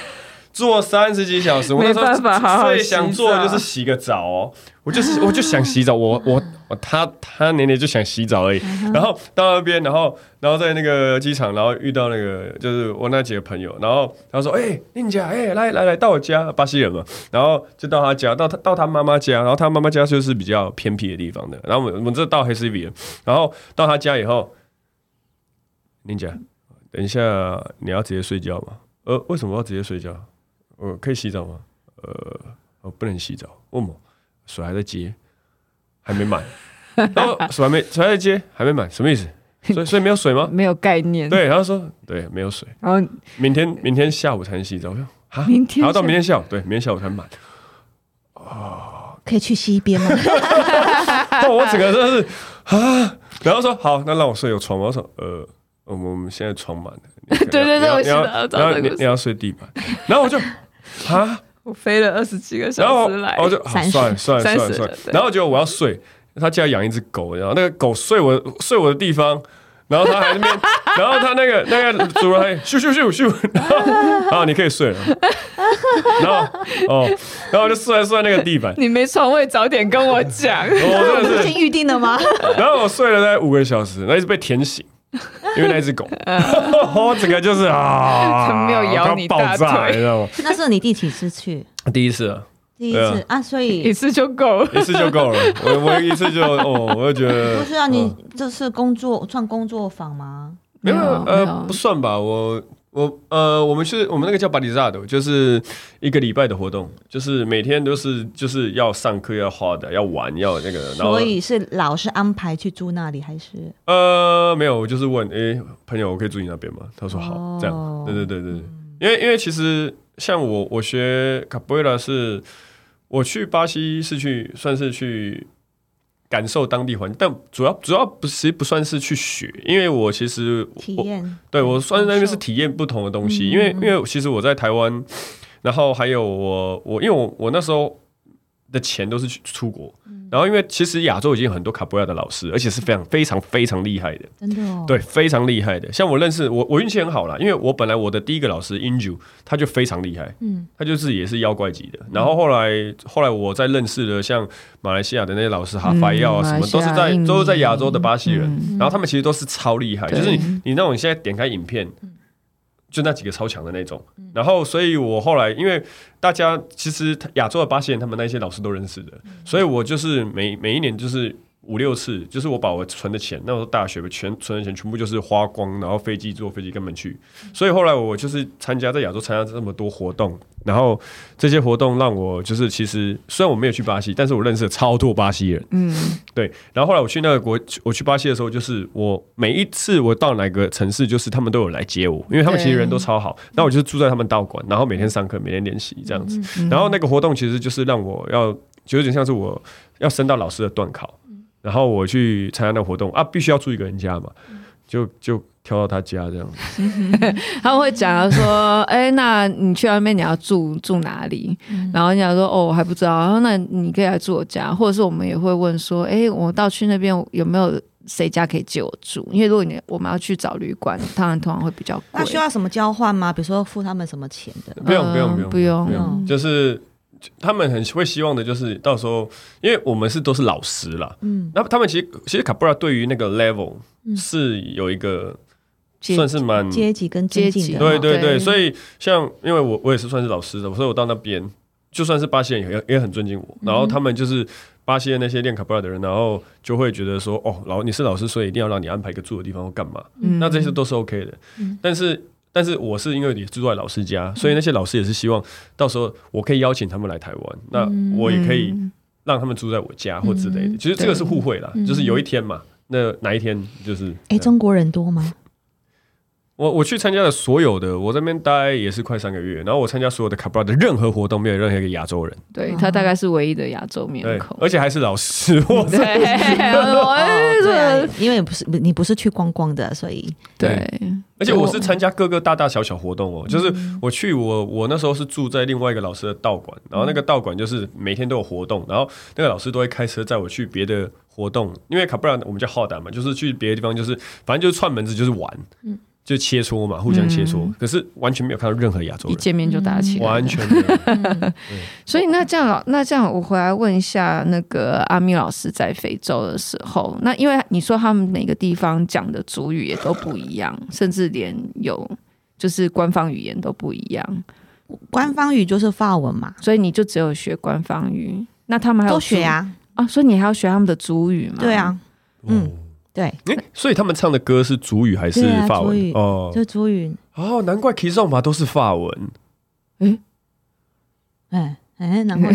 [SPEAKER 3] 坐三十几小时，我那时
[SPEAKER 1] 没办法好
[SPEAKER 3] 候
[SPEAKER 1] 好
[SPEAKER 3] 最
[SPEAKER 1] 洗
[SPEAKER 3] 想做的就是洗个澡哦，我就是我就想洗澡，我我我他他年年就想洗澡而已，
[SPEAKER 1] 嗯
[SPEAKER 3] 然后到那边，然后然后在那个机场，然后遇到那个就是我那几个朋友，然后他说：“哎、令姐，哎、来来来，到我家，巴西人嘛。”然后就到他家，到他到他妈妈家，然后他妈妈家就是比较偏僻的地方的。然后我们我们这到黑 C V 了，然后到他家以后，令姐，等一下你要直接睡觉吗？呃，为什么要直接睡觉？呃，可以洗澡吗？呃，我不能洗澡，为什么？水还在接，还 没满。然后水还没水还在接，还没满，什么意思？ 所以所以没有水吗？
[SPEAKER 1] 没有概念。，
[SPEAKER 3] 对，然后说对，没有水，
[SPEAKER 1] 然后
[SPEAKER 3] 明天明天下午才能洗澡。我说啊，
[SPEAKER 1] 明天
[SPEAKER 3] 然后到
[SPEAKER 1] 下
[SPEAKER 3] 明天下午，对，明天下午才 满。
[SPEAKER 2] 可以去西边 吗？
[SPEAKER 3] 但我整个真的是啊，然后说好，那让我睡有床吗？我说呃，我们我们现在床满了。你
[SPEAKER 1] 对对对
[SPEAKER 3] 你要
[SPEAKER 1] 我
[SPEAKER 3] 你
[SPEAKER 1] 记得
[SPEAKER 3] 要
[SPEAKER 1] 我
[SPEAKER 3] 你
[SPEAKER 1] 找到
[SPEAKER 3] 要
[SPEAKER 1] 这个
[SPEAKER 3] 你
[SPEAKER 1] 故事
[SPEAKER 3] 你要睡地板，然后我就啊，
[SPEAKER 1] 我飞了二十几个
[SPEAKER 3] 然后
[SPEAKER 1] 小时来，
[SPEAKER 3] 我就好
[SPEAKER 2] 三十
[SPEAKER 3] 算了算了算了
[SPEAKER 1] 三十
[SPEAKER 3] 算了
[SPEAKER 1] 了，对
[SPEAKER 3] 然后结果我要睡，他家养一只狗，然后那个狗睡我睡我的地方，然后他还在那边， 然后他那个那个主人还咻咻咻咻，然后啊你可以睡了，然后哦，然后我就睡在睡在那个地板，
[SPEAKER 1] 你没床位，早点跟我讲。
[SPEAKER 3] 我
[SPEAKER 2] 我
[SPEAKER 3] 哦真
[SPEAKER 2] 们
[SPEAKER 3] 的
[SPEAKER 2] 不
[SPEAKER 3] 是
[SPEAKER 2] 是，预定了吗？
[SPEAKER 3] 然后我睡了大概五个小时，然后一直被舔醒。因为那只狗， 我整个就是啊，
[SPEAKER 1] 它嗯没有咬你
[SPEAKER 3] 我要爆炸
[SPEAKER 1] 大腿
[SPEAKER 3] 你知道吗？
[SPEAKER 2] 那是你第几次去？
[SPEAKER 3] 第一次啊，
[SPEAKER 2] 第一
[SPEAKER 3] 对
[SPEAKER 2] 次啊，所
[SPEAKER 1] 一
[SPEAKER 2] 以
[SPEAKER 1] 次就够了。
[SPEAKER 3] 一次就够了。我我一次就哦，我就觉得
[SPEAKER 2] 不是啊，
[SPEAKER 3] 嗯
[SPEAKER 2] 你这是工作算工作坊吗？
[SPEAKER 3] 没有，
[SPEAKER 1] 没
[SPEAKER 3] 呃，
[SPEAKER 1] 有
[SPEAKER 3] 不算吧。我我呃，我们是我们那个叫巴里扎的，就是一个礼拜的活动，就是每天都是就是要上课、要画的、要玩、要那个。然后
[SPEAKER 2] 所以是老师安排去住那里，还是
[SPEAKER 3] 呃，没有，我就是问，诶，朋友，我可以住你那边吗？他说好，
[SPEAKER 2] 哦
[SPEAKER 3] 这样。对对对对对，因为因为其实像我我学卡布埃拉是，我去巴西是去算是去感受当地环境，但主要主要不其实不算是去学，因为我其实
[SPEAKER 2] 体
[SPEAKER 3] 我
[SPEAKER 2] 验？
[SPEAKER 3] 对我算是那边
[SPEAKER 2] 感
[SPEAKER 3] 是
[SPEAKER 2] 受
[SPEAKER 3] 体验不同的东
[SPEAKER 1] 嗯
[SPEAKER 3] 西，因为因为其实我在台湾，然后还有我我因为我我那时候的钱都是去出国，
[SPEAKER 1] 嗯
[SPEAKER 3] 然后因为其实亚洲已经有很多卡布亚的老师，而且是非常非常非常厉害的，
[SPEAKER 2] 真的哦，
[SPEAKER 3] 对，非常厉害的。像我认识我我运气很好啦，因为我本来我的第一个老师 Inju 他就非常厉害，
[SPEAKER 2] 嗯，
[SPEAKER 3] 他就是也是妖怪级的。然后后来后来我在认识了像马来西亚的那些老师哈法要 啊
[SPEAKER 1] 嗯
[SPEAKER 3] 什么，都是
[SPEAKER 1] 马来
[SPEAKER 3] 在
[SPEAKER 1] 西亚
[SPEAKER 3] 都是在亚洲的巴西人，
[SPEAKER 1] 嗯
[SPEAKER 3] 然后他们其实都是超厉害，
[SPEAKER 1] 对嗯
[SPEAKER 3] 就是你你那种现在点开影片。就那几个超强的那种，
[SPEAKER 1] 嗯
[SPEAKER 3] 然后，所以我后来因为大家其实亚洲的巴西人，他们那些老师都认识的，
[SPEAKER 1] 嗯
[SPEAKER 3] 所以我就是每每一年就是五六次，就是我把我存的钱，那时候大学全存的钱全部就是花光，然后飞机坐飞机根本去，所以后来我就是参加在亚洲参加这么多活动，然后这些活动让我就是其实虽然我没有去巴西，但是我认识了超多巴西人，
[SPEAKER 1] 嗯，
[SPEAKER 3] 对，然后后来我去那个国，我去巴西的时候，就是我每一次我到哪个城市，就是他们都有来接我，因为他们其实人都超好。那我就是住在他们道馆，然后每天上课，每天练习这样子。然后那个活动其实就是让我要，就有点像是我要升到老师的段考，然后我去参加那个活动啊，必须要住一个人家嘛，就就挑到他家这样。
[SPEAKER 1] 他们会讲啊说，哎、那你去外面你要住住哪里？然后人家说，哦，我还不知道。然后那你可以来住我家，或者是我们也会问说，哎、我到去那边有没有谁家可以借我住？因为如果你我们要去找旅馆，当然通常会比较贵
[SPEAKER 2] 那。需要什么交换吗？比如说付他们什么钱的？
[SPEAKER 3] 不用不用
[SPEAKER 1] 嗯
[SPEAKER 3] 不用
[SPEAKER 1] 不用
[SPEAKER 3] 不用，
[SPEAKER 2] 嗯
[SPEAKER 3] 就是他们很会希望的，就是到时候，因为我们是都是老师啦，嗯，那他们其实其实卡布拉对于那个 level 是有一个
[SPEAKER 1] 嗯阶
[SPEAKER 3] 算是蛮
[SPEAKER 2] 阶级跟经济
[SPEAKER 1] 阶级
[SPEAKER 2] 的，
[SPEAKER 3] 对对
[SPEAKER 1] 对
[SPEAKER 3] 对，所以像因为我我也是算是老师的，所以我到那边就算是巴西人也也很尊敬我，
[SPEAKER 1] 嗯
[SPEAKER 3] 然后他们就是巴西的那些练卡布拉的人，然后就会觉得说哦，老你是老师，所以一定要让你安排一个住的地方或干嘛，
[SPEAKER 1] 嗯
[SPEAKER 3] 那这些都是 OK 的，但是。但是我是因为也住在老师家，所以那些老师也是希望到时候我可以邀请他们来台湾，
[SPEAKER 1] 嗯
[SPEAKER 3] 那我也可以让他们住在我家或之类的。其实这个是互惠啦，就是
[SPEAKER 1] 嗯
[SPEAKER 3] 有一天嘛，那哪一天就是啊
[SPEAKER 2] 哎、中国人多吗？
[SPEAKER 3] 我我去参加了所有的，我这边待也是快三个月，然后我参加所有的卡布拉的任何活动，没有任何一个亚洲人，
[SPEAKER 1] 对他大概是唯一的亚洲面
[SPEAKER 3] 对
[SPEAKER 1] 孔，。
[SPEAKER 3] 而且还是老师， 我
[SPEAKER 1] 对，我
[SPEAKER 2] 哎对、啊，因为不是你不是去逛逛的，所以
[SPEAKER 1] 对，
[SPEAKER 3] 而
[SPEAKER 2] 哦
[SPEAKER 3] 且我是参加各个大大小小活动哦，
[SPEAKER 2] 嗯
[SPEAKER 3] 就是我去我我那时候是住在另外一个老师的道馆，然后那个道馆就是每天都有活动，然后那个老师都会开车载我去别的活动，因为卡布拉我们叫浩达嘛，就是去别的地方，就是反正就是串门子，就是玩，
[SPEAKER 2] 嗯
[SPEAKER 3] 就切磋嘛，互相切磋，可是完全没有看到任何亚洲
[SPEAKER 1] 一
[SPEAKER 3] 人，
[SPEAKER 1] 见面就打起来，
[SPEAKER 3] 完全没有。
[SPEAKER 1] 所以那这样老，那这样我回来问一下那个阿咪老师，在非洲的时候，那因为你说他们每个地方讲的族语也都不一样，甚至连有就是官方语言都不一样，
[SPEAKER 2] 官方语就是法文嘛，
[SPEAKER 1] 所以你就只有学官方语。那他们还有
[SPEAKER 2] 都学
[SPEAKER 1] 啊
[SPEAKER 2] 啊，
[SPEAKER 1] 啊，所以你还要学他们的族语吗？
[SPEAKER 2] 对，啊， 嗯
[SPEAKER 3] 哦，
[SPEAKER 2] 对，
[SPEAKER 3] 哎、所以他们唱的歌是主语还是
[SPEAKER 2] 对啊
[SPEAKER 3] 法
[SPEAKER 2] 主
[SPEAKER 3] 文
[SPEAKER 2] 语？
[SPEAKER 3] 哦
[SPEAKER 2] 就主语，
[SPEAKER 3] 哦，难怪 K 颂嘛都是法文，
[SPEAKER 2] 嗯 嗯，难怪
[SPEAKER 1] 我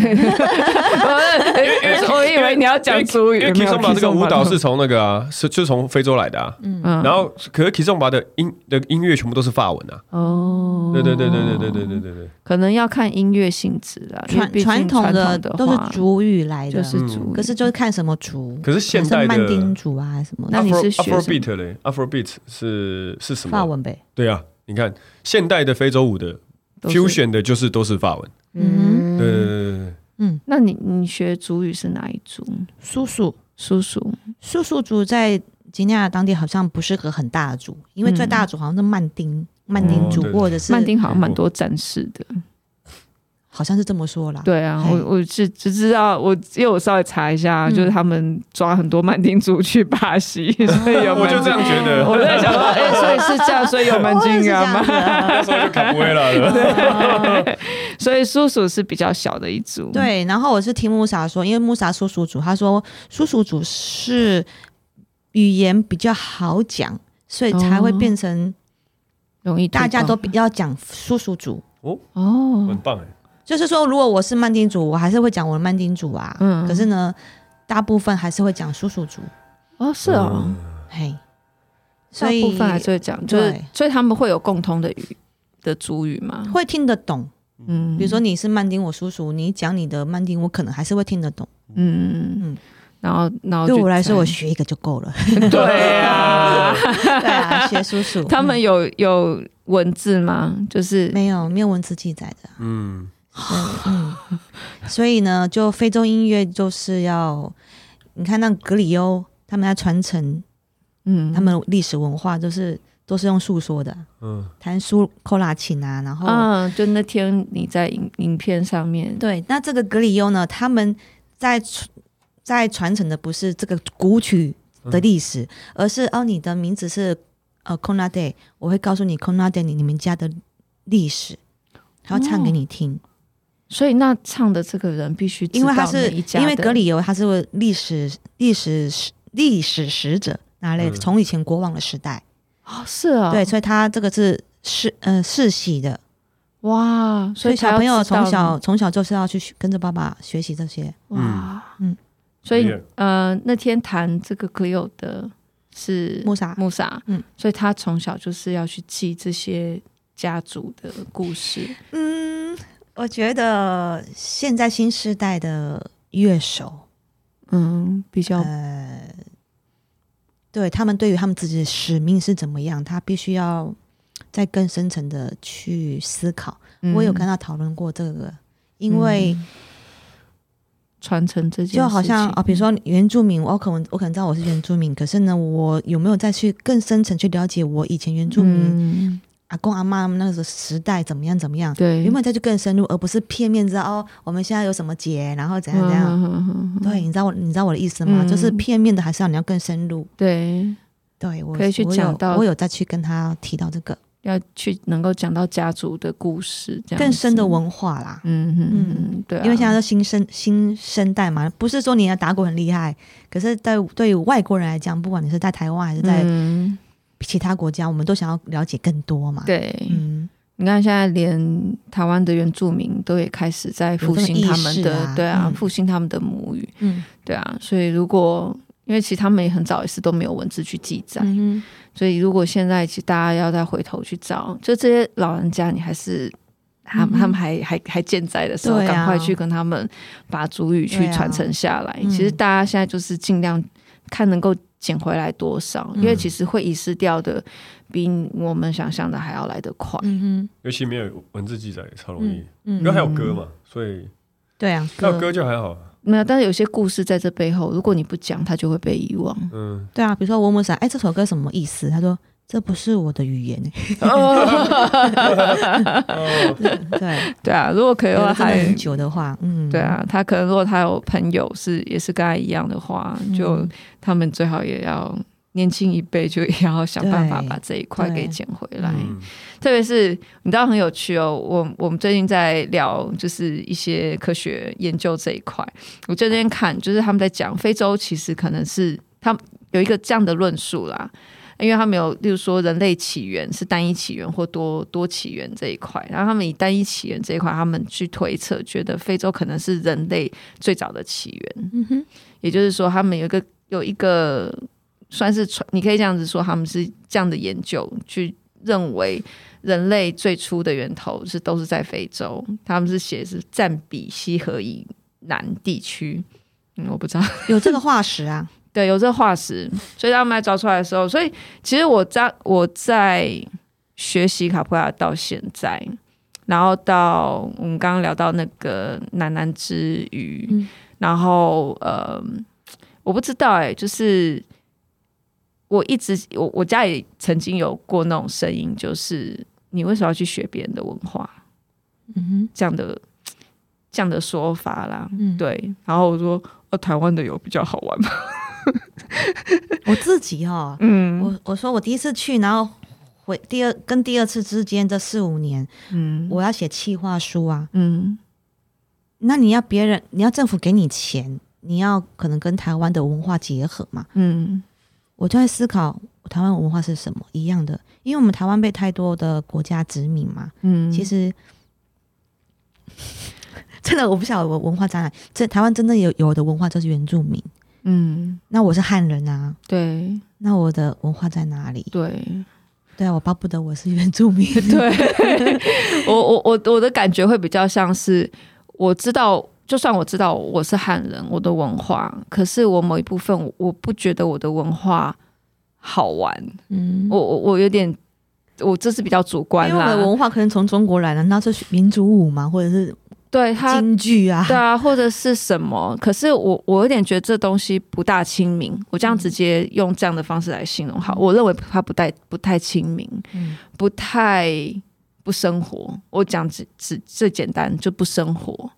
[SPEAKER 1] 以为你要讲族语，
[SPEAKER 3] 因为
[SPEAKER 1] 没
[SPEAKER 3] K
[SPEAKER 1] 有
[SPEAKER 3] 颂嘛这个
[SPEAKER 1] Kizomba
[SPEAKER 3] 舞蹈是从那个啊，是就是从非洲来的啊。
[SPEAKER 1] 嗯，
[SPEAKER 3] 然后，可是 K 颂嘛的音的音乐全部都是法文啊。
[SPEAKER 1] 哦，
[SPEAKER 3] 对对对对对对对对对对。
[SPEAKER 1] 可能要看音乐性质啦，因为
[SPEAKER 2] 传
[SPEAKER 1] 毕竟
[SPEAKER 2] 传统的都
[SPEAKER 1] 话
[SPEAKER 2] 是主语来的，
[SPEAKER 1] 就是
[SPEAKER 3] 嗯
[SPEAKER 1] 族语，
[SPEAKER 2] 可是就是看什么族，
[SPEAKER 3] 可是现
[SPEAKER 2] 可能
[SPEAKER 3] 代
[SPEAKER 2] 是曼丁
[SPEAKER 3] 的
[SPEAKER 2] 族啊什么的
[SPEAKER 1] 那你
[SPEAKER 3] Afro
[SPEAKER 1] 是学什么
[SPEAKER 3] Afrobeat 嘞？Afrobeat 是是什
[SPEAKER 2] 法
[SPEAKER 3] 么？
[SPEAKER 2] 文呗，
[SPEAKER 3] 对啊，你看现代的非洲舞的
[SPEAKER 1] 都是
[SPEAKER 3] fusion 的就是都是法文。
[SPEAKER 2] 嗯
[SPEAKER 3] 对对对对对。
[SPEAKER 1] 那你你学主语是哪一族？
[SPEAKER 2] 叔叔
[SPEAKER 1] 叔叔
[SPEAKER 2] 叔叔族在吉尼亚当地好像不是个很大的族，因为最
[SPEAKER 1] 嗯
[SPEAKER 2] 大的族好像是曼丁曼丁族
[SPEAKER 3] 哦对
[SPEAKER 2] 或者是
[SPEAKER 1] 曼丁好像蛮多战士的，
[SPEAKER 2] 好像是这么说啦。
[SPEAKER 1] 对啊，
[SPEAKER 2] 嘿嗯
[SPEAKER 1] 我我是只知道我，因为我稍微查一下，就是他们抓很多曼丁族去巴 西，所以有
[SPEAKER 3] 我就这样觉得，
[SPEAKER 1] 我在想说，哎，所以是这样，所以有蛮
[SPEAKER 2] 哦是
[SPEAKER 1] 惊
[SPEAKER 2] 这
[SPEAKER 1] 讶
[SPEAKER 2] 样
[SPEAKER 1] 吗？
[SPEAKER 2] 子啊
[SPEAKER 3] 那时候就卡布埃拉 了。
[SPEAKER 1] 所以叔叔是比较小的一族，，
[SPEAKER 2] 对，然后我是听穆萨说，因为穆萨叔叔族，他说叔叔族是语言比较好讲，所以才会
[SPEAKER 1] 哦
[SPEAKER 2] 变成
[SPEAKER 1] 容易推
[SPEAKER 2] 大
[SPEAKER 1] 广
[SPEAKER 2] 家都比较讲叔叔族。
[SPEAKER 1] 哦
[SPEAKER 3] 很，棒哎，
[SPEAKER 2] 就是说，如果我是曼丁族，我还是会讲我的曼丁族啊。
[SPEAKER 1] 嗯
[SPEAKER 2] 可是呢，大部分还是会讲叔叔族，
[SPEAKER 1] 哦是
[SPEAKER 3] 嗯
[SPEAKER 1] 哦，
[SPEAKER 2] 嘿。所
[SPEAKER 1] 大
[SPEAKER 2] 以
[SPEAKER 1] 部分还是会讲，就是
[SPEAKER 2] 对
[SPEAKER 1] 所以他们会有共通的语的族语吗？
[SPEAKER 2] 会听得懂。
[SPEAKER 1] 嗯
[SPEAKER 2] 比如说你是曼丁，我叔叔，你讲你的曼丁，我可能还是会听得懂。
[SPEAKER 1] 嗯嗯
[SPEAKER 2] 嗯，
[SPEAKER 1] 然后然后
[SPEAKER 2] 对
[SPEAKER 1] 哦就
[SPEAKER 2] 我来说，
[SPEAKER 1] 在
[SPEAKER 2] 我学一个就够 了。
[SPEAKER 1] 对啊。
[SPEAKER 2] 对啊，学叔叔。
[SPEAKER 1] 他们有有文字吗？就是
[SPEAKER 2] 没有没有文字记载的。
[SPEAKER 3] 嗯，
[SPEAKER 2] 嗯，嗯，所以呢，就非洲音乐就是要，你看那格里欧他们在传承
[SPEAKER 1] 嗯，
[SPEAKER 2] 他们历史文化，就是都是用诉说的，
[SPEAKER 3] 嗯，
[SPEAKER 2] 弹苏扣拉琴啊，然后、
[SPEAKER 1] 嗯，就那天你在影影片上面，
[SPEAKER 2] 对，那这个格里欧呢，他们在传在传承的不是这个古曲的历史，而是哦，你的名字是呃 c o n a d e 我会告诉你 c o n a d e 你你们家的历史，还要唱给你听。
[SPEAKER 1] 所以那唱的这个人必哦须知
[SPEAKER 2] 因为他
[SPEAKER 1] 道
[SPEAKER 2] 是
[SPEAKER 1] 每一家
[SPEAKER 2] 因为
[SPEAKER 1] 的
[SPEAKER 2] 格里尤他是历史历史史历史使者那类的，
[SPEAKER 3] 嗯
[SPEAKER 2] 从以前国王的时代，
[SPEAKER 1] 哦是啊，
[SPEAKER 2] 对，所以他这个是世呃世袭的，
[SPEAKER 1] 哇，
[SPEAKER 2] 所
[SPEAKER 1] 所
[SPEAKER 2] 以
[SPEAKER 1] 以他
[SPEAKER 2] 小
[SPEAKER 1] 要
[SPEAKER 2] 朋友
[SPEAKER 1] 知道
[SPEAKER 2] 从小从小就是要去学跟着爸爸学习这些。
[SPEAKER 1] 哇
[SPEAKER 2] 嗯嗯
[SPEAKER 1] 所以
[SPEAKER 3] 厉害
[SPEAKER 1] 呃那天弹这个 Cleo 的是
[SPEAKER 2] 穆萨
[SPEAKER 1] 穆萨，
[SPEAKER 2] 嗯，
[SPEAKER 1] 所以他从小就是要去记这些家族的故事，
[SPEAKER 2] 嗯，我觉得现在新时代的乐手，
[SPEAKER 1] 嗯，比较
[SPEAKER 2] 呃，对他们对于他们自己的使命是怎么样，他必须要再更深层的去思考。呃我有
[SPEAKER 1] 嗯
[SPEAKER 2] 跟他讨论过这个，因为、
[SPEAKER 1] 嗯传承这件事情，
[SPEAKER 2] 就好像啊，比如说原住民，我可能我可能知道我是原住民，可是呢，我有没有再去更深层去了解我以前原住民、
[SPEAKER 1] 嗯
[SPEAKER 2] 阿公阿妈他们那个时代怎么样怎么样？
[SPEAKER 1] 对，
[SPEAKER 2] 有没有再去更深入，而不是片面知道哦，我们现在有什么节，然后怎样怎样？
[SPEAKER 1] 嗯
[SPEAKER 2] 对，你知道我你知道我的意思吗？
[SPEAKER 1] 嗯
[SPEAKER 2] 就是片面的，还是要你要更深入。
[SPEAKER 1] 对，
[SPEAKER 2] 对我
[SPEAKER 1] 可以去
[SPEAKER 2] 我有
[SPEAKER 1] 讲到
[SPEAKER 2] 我有再去跟他提到这个
[SPEAKER 1] 要去能够讲到家族的故事，这样
[SPEAKER 2] 更深的
[SPEAKER 1] 子，
[SPEAKER 2] 文化啦。
[SPEAKER 1] 嗯嗯嗯，对啊、
[SPEAKER 2] 因为现在是新生新生代嘛，不是说你要打鼓很厉害，可是对对于外国人来讲，不管你是在台湾还是在
[SPEAKER 1] 嗯
[SPEAKER 2] 其他国家，我们都想要了解更多嘛。，
[SPEAKER 1] 对，
[SPEAKER 2] 嗯，
[SPEAKER 1] 你看现在连台湾的原住民都也开始在复兴他们
[SPEAKER 2] 有这个意
[SPEAKER 1] 的，
[SPEAKER 2] 识啊
[SPEAKER 1] 对啊
[SPEAKER 2] 嗯，
[SPEAKER 1] 复兴他们的母语，
[SPEAKER 2] 嗯，
[SPEAKER 1] 对啊，所以如果因为其实他们也很早也是都没有文字去记载，
[SPEAKER 4] 嗯
[SPEAKER 1] 所以如果现在其实大家要再回头去找，就这些老人家，你还是他们、
[SPEAKER 4] 嗯
[SPEAKER 1] 他们还还还健在的时候，
[SPEAKER 2] 对啊
[SPEAKER 1] 赶快去跟他们把主语去
[SPEAKER 2] 对啊
[SPEAKER 1] 传承下来。
[SPEAKER 2] 嗯
[SPEAKER 1] 其实大家现在就是尽量看能够捡回来多少，
[SPEAKER 2] 嗯
[SPEAKER 1] 因为其实会遗失掉的比我们想象的还要来得快。
[SPEAKER 4] 嗯
[SPEAKER 3] 尤其没有文字记载，超容易。
[SPEAKER 4] 嗯
[SPEAKER 3] 因为还有歌嘛，所以
[SPEAKER 2] 对啊，
[SPEAKER 3] 还有歌就还好。
[SPEAKER 1] 没有，但是有些故事在这背后，如果你不讲，它就会被遗忘。
[SPEAKER 3] 嗯，
[SPEAKER 2] 对啊，比如说我母伞，哎，这首歌什么意思？他说这不是我的语言、
[SPEAKER 1] 哦
[SPEAKER 2] 对，
[SPEAKER 1] 对啊，如果可以
[SPEAKER 2] 对，
[SPEAKER 1] 的话，
[SPEAKER 2] 真的
[SPEAKER 1] 还
[SPEAKER 2] 很久的话，嗯，
[SPEAKER 1] 对，啊，他可能如果他有朋友是也是跟他一样的话，就
[SPEAKER 2] 嗯
[SPEAKER 1] 他们最好也要年轻一辈就也要想办法
[SPEAKER 2] 对
[SPEAKER 1] 把这一块
[SPEAKER 2] 对
[SPEAKER 1] 给捡回来。
[SPEAKER 3] 嗯
[SPEAKER 1] 特别是你知道很有趣哦，我我们最近在聊就是一些科学研究这一块，我这边看就是他们在讲非洲其实可能是他们有一个这样的论述啦。因为他们有，例如说人类起源是单一起源或多多起源这一块，然后他们以单一起源这一块，他们去推测，觉得非洲可能是人类最早的起源。
[SPEAKER 4] 嗯哼，
[SPEAKER 1] 也就是说，他们有一个有一个算是传，你可以这样子说，他们是这样的研究去认为人类最初的源头是都是在非洲，他们是写是占比西河以南地区。嗯，我不知道，
[SPEAKER 2] 有这个化石啊，
[SPEAKER 1] 对，有这化石，所以他们来找出来的时候，所以其实我在我在学习卡普亚到现在，然后到我们刚刚聊到那个喃喃之语，
[SPEAKER 4] 嗯
[SPEAKER 1] 然后呃，我不知道哎、就是我一直我我家里曾经有过那种声音，就是你为什么要去学别人的文化
[SPEAKER 4] 嗯
[SPEAKER 1] 这样的这样的说法啦，
[SPEAKER 2] 嗯
[SPEAKER 4] 哼，，
[SPEAKER 1] 对，然后我说。呃，台湾的有比较好玩吗？
[SPEAKER 2] 我自己哦，
[SPEAKER 1] 嗯
[SPEAKER 2] 我我说我第一次去，然后回第二跟第二次之间这四五年，
[SPEAKER 1] 嗯
[SPEAKER 2] 我要写企划书啊，
[SPEAKER 1] 嗯
[SPEAKER 2] 那你要别人，你要政府给你钱，你要可能跟台湾的文化结合嘛，
[SPEAKER 1] 嗯
[SPEAKER 2] 我就在思考台湾文化是什么一样的，因为我们台湾被太多的国家殖民嘛，
[SPEAKER 1] 嗯，
[SPEAKER 2] 其实。真的，我不晓得我文化展览，这台湾真的有有的文化就是原住民。
[SPEAKER 1] 嗯，
[SPEAKER 2] 那我是汉人啊，
[SPEAKER 1] 对
[SPEAKER 2] 那我的文化在哪里？
[SPEAKER 1] 对
[SPEAKER 2] 对啊，我巴不得我是原住民。
[SPEAKER 1] 对，我我我我的感觉会比较像是，我知道，就算我知道我是汉人，我的文化，可是我某一部分我我不觉得我的文化好玩，
[SPEAKER 4] 嗯
[SPEAKER 1] 我我我有点，我这是比较主观
[SPEAKER 2] 因为我的
[SPEAKER 1] 啦，
[SPEAKER 2] 文化可能从中国来的，那是民族舞嘛，或者是
[SPEAKER 1] 对他
[SPEAKER 2] 京剧啊，
[SPEAKER 1] 对啊，或者是什么？可是我我有点觉得这东西不大亲民。我
[SPEAKER 2] 嗯
[SPEAKER 1] 这样直接用这样的方式来形容，好，我认为它不太不太亲民，
[SPEAKER 2] 嗯
[SPEAKER 1] 不太不生活。我讲只只最简单就不生活，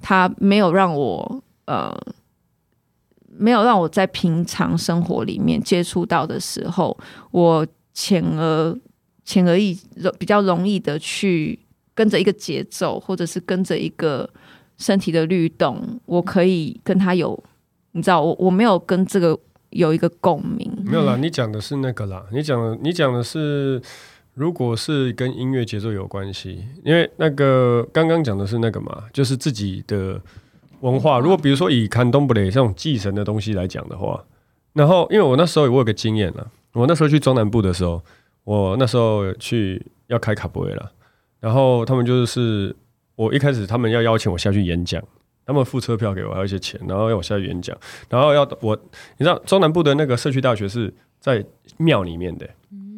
[SPEAKER 1] 它没有让我呃。没有让我在平常生活里面接触到的时候，我浅而浅而易比较容易的去跟着一个节奏，或者是跟着一个身体的律动，我可以跟他有，你知道，我我没有跟这个有一个共鸣，
[SPEAKER 3] 没有啦，你讲的是那个啦，你讲的你讲的是，如果是跟音乐节奏有关系，因为那个刚刚讲的是那个嘛，就是自己的文化。如果比如说以看东布雷这种祭神的东西来讲的话，然后因为我那时候我有个经验啦，我那时候去中南部的时候，我那时候去要开卡布瑞啦，然后他们就是我一开始他们要邀请我下去演讲。他们付车票给我，还有一些钱，然后要我下去演讲，然后要我你知道中南部的那个社区大学是在庙里面的，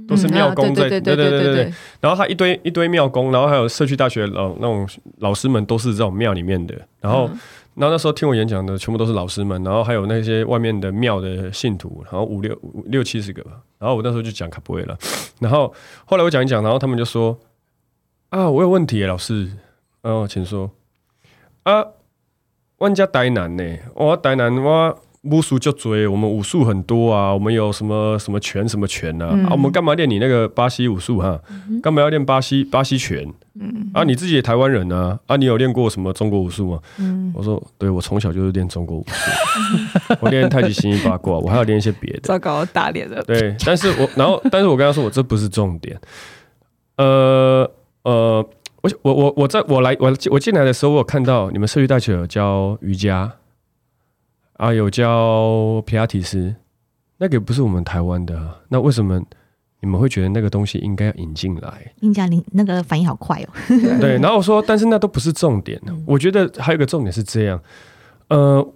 [SPEAKER 3] 都是庙
[SPEAKER 1] 嗯
[SPEAKER 3] 公
[SPEAKER 1] 啊
[SPEAKER 3] 在，
[SPEAKER 1] 对对对对对，
[SPEAKER 3] 然后他一堆一堆庙公，然后还有社区大学老那种老师们都是这种庙里面的。然后，然后那时候听我演讲的全部都是老师们，然后还有那些外面的庙的信徒，然后五六五六七十个吧。然后我那时候就讲卡布瑞了，然后后来我讲一讲，然后他们就说：“啊，我有问题耶，老师，哦，请说。”啊，万家台南呢？我台南我。武术就追，我们武术很多啊，我们有什么什么拳什么拳啊，
[SPEAKER 1] 嗯
[SPEAKER 3] 啊，我们干嘛练你那个巴西武术哈、干嘛要练巴西巴西拳？
[SPEAKER 1] 嗯，
[SPEAKER 3] 啊，你自己也台湾人啊，啊，你有练过什么中国武术吗？
[SPEAKER 2] 嗯，
[SPEAKER 3] 我说，对我从小就是练中国武术，我练太极、形意、八卦，我还要练一些 别的。
[SPEAKER 4] 糟糕，打脸了。
[SPEAKER 3] 对，但是我然后，但是我跟他说，我这不是重点。呃呃，我我我我在我来我我进来的时候，我有看到你们社区大学有教瑜伽，啊，有教皮拉提斯，那个也不是我们台湾的、啊，那为什么你们会觉得那个东西应该要引进来？
[SPEAKER 2] 你讲你那个反应好快哦，
[SPEAKER 3] 对，然后我说，但是那都不是重点。
[SPEAKER 1] 嗯
[SPEAKER 3] 我觉得还有一个重点是这样，呃，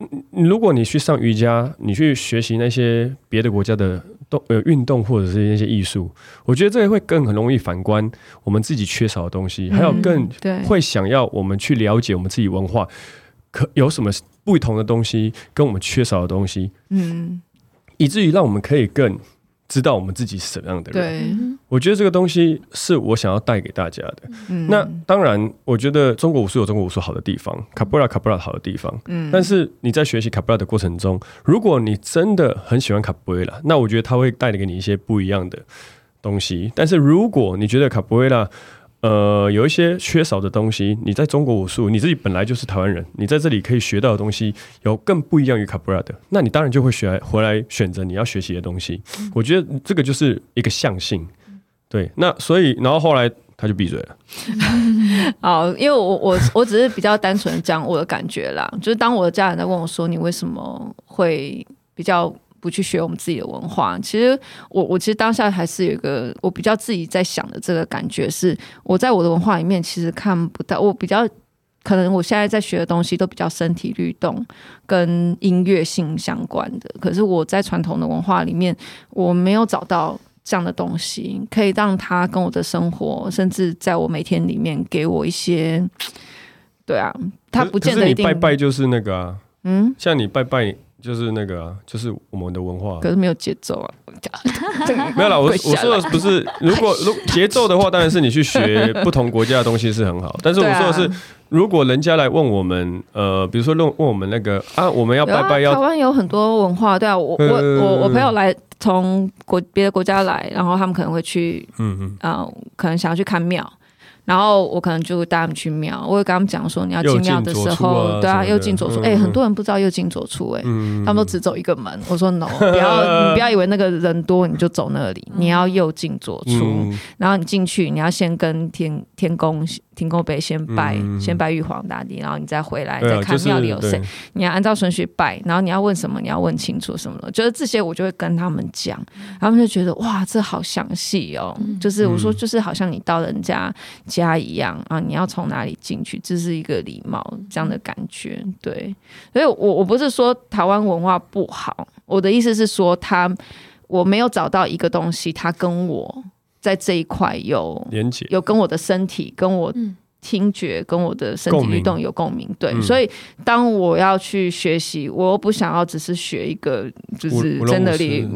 [SPEAKER 3] 嗯如果你去上瑜伽，你去学习那些别的国家的动呃运动或者是那些艺术，我觉得这个会更很容易反观我们自己缺少的东西，还有更
[SPEAKER 1] 嗯对，
[SPEAKER 3] 会想要我们去了解我们自己文化，可有什么不同的东西跟我们缺少的东西，
[SPEAKER 1] 嗯，
[SPEAKER 3] 以至于让我们可以更知道我们自己是什么样的人。
[SPEAKER 1] 对，
[SPEAKER 2] 嗯
[SPEAKER 3] 我觉得这个东西是我想要带给大家的。
[SPEAKER 1] 嗯，
[SPEAKER 3] 那当然，我觉得中国武术有中国武术好的地方，卡布拉卡布拉好的地方。
[SPEAKER 1] 嗯，
[SPEAKER 3] 但是你在学习卡布拉的过程中，如果你真的很喜欢卡布拉，那我觉得它会带给你一些不一样的东西。但是如果你觉得卡布拉呃有一些缺少的东西，你在中国武术你自己本来就是台湾人，你在这里可以学到的东西有更不一样于卡布拉的，那你当然就会学回来选择你要学习的东西。
[SPEAKER 1] 嗯
[SPEAKER 3] 我觉得这个就是一个向性。对，那所以然后后来他就闭嘴了。
[SPEAKER 1] 好，因为我我我只是比较单纯地讲我的感觉啦，就是当我的家人在问我说你为什么会比较不去学我们自己的文化，其实我我其实当下还是有一个我比较自己在想的这个感觉是，我在我的文化里面其实看不到，我比较可能我现在在学的东西都比较身体律动跟音乐性相关的，可是我在传统的文化里面我没有找到这样的东西，可以让它跟我的生活，甚至在我每天里面给我一些，对啊，它不见
[SPEAKER 3] 可
[SPEAKER 1] 得
[SPEAKER 3] 是
[SPEAKER 1] 一
[SPEAKER 3] 你
[SPEAKER 1] 定
[SPEAKER 3] 拜拜就是那个啊，
[SPEAKER 1] 嗯，
[SPEAKER 3] 像你拜拜就是那个啊，就是我们的文化啊、
[SPEAKER 1] 可是没有节奏啊，
[SPEAKER 3] 没有啦，我
[SPEAKER 1] 跪下
[SPEAKER 3] 我说的 不是，如果如节奏的话，当然是你去学不同国家的东西是很好。但是我
[SPEAKER 1] 对啊
[SPEAKER 3] 说的是，如果人家来问我们，呃，比如说问问我们那个啊，我们要
[SPEAKER 1] 有
[SPEAKER 3] 拜
[SPEAKER 1] 啊，
[SPEAKER 3] 拜
[SPEAKER 1] 台
[SPEAKER 3] 要
[SPEAKER 1] 湾有很多文化，对啊，我我
[SPEAKER 3] 呃
[SPEAKER 1] 我我朋友来从国别的国家来，然后他们可能会去，嗯嗯，啊、可能想要去看庙。然后我可能就带他们去庙，我会跟他们讲说，你要进庙的时
[SPEAKER 3] 右进左出
[SPEAKER 1] 候，
[SPEAKER 3] 啊
[SPEAKER 1] 对
[SPEAKER 3] 什么
[SPEAKER 1] 啊，
[SPEAKER 3] 的
[SPEAKER 1] 右进左出。
[SPEAKER 3] 嗯
[SPEAKER 1] 哎、
[SPEAKER 3] 嗯
[SPEAKER 1] 很多人不知道右进左出、哎、
[SPEAKER 3] 嗯，
[SPEAKER 1] 他们都只走一个门。我说 no，不 要你不要以为那个人多你就走那里，你要右进左出。
[SPEAKER 3] 嗯
[SPEAKER 1] 然后你进去，你要先跟天天宫天宫碑先拜，
[SPEAKER 3] 嗯
[SPEAKER 1] 先拜玉皇大帝，然后你再回来、
[SPEAKER 3] 对啊，
[SPEAKER 1] 再看
[SPEAKER 3] 就是
[SPEAKER 1] 庙里有谁
[SPEAKER 3] 对。
[SPEAKER 1] 你要按照顺序拜，然后你要问什么，你要问清楚什么的，就是这些我就会跟他们讲，他们就觉得哇，这好详细哦，就是我说就是好像你到人家家一样啊，你要从哪里进去，这是一个礼貌这样的感觉，对，所以我我不是说台湾文化不好，我的意思是说他我没有找到一个东西，他跟我在这一块有
[SPEAKER 3] 连结，
[SPEAKER 1] 有跟我的身体、跟我
[SPEAKER 4] 嗯
[SPEAKER 1] 听觉、跟我的身体
[SPEAKER 3] 共鸣
[SPEAKER 1] 律动有共鸣。对，
[SPEAKER 3] 嗯
[SPEAKER 1] 所以当我要去学习，我又不想要只是学一个，就
[SPEAKER 3] 舞
[SPEAKER 1] 是
[SPEAKER 3] 舞龙
[SPEAKER 1] 真的
[SPEAKER 3] 舞狮
[SPEAKER 1] 力。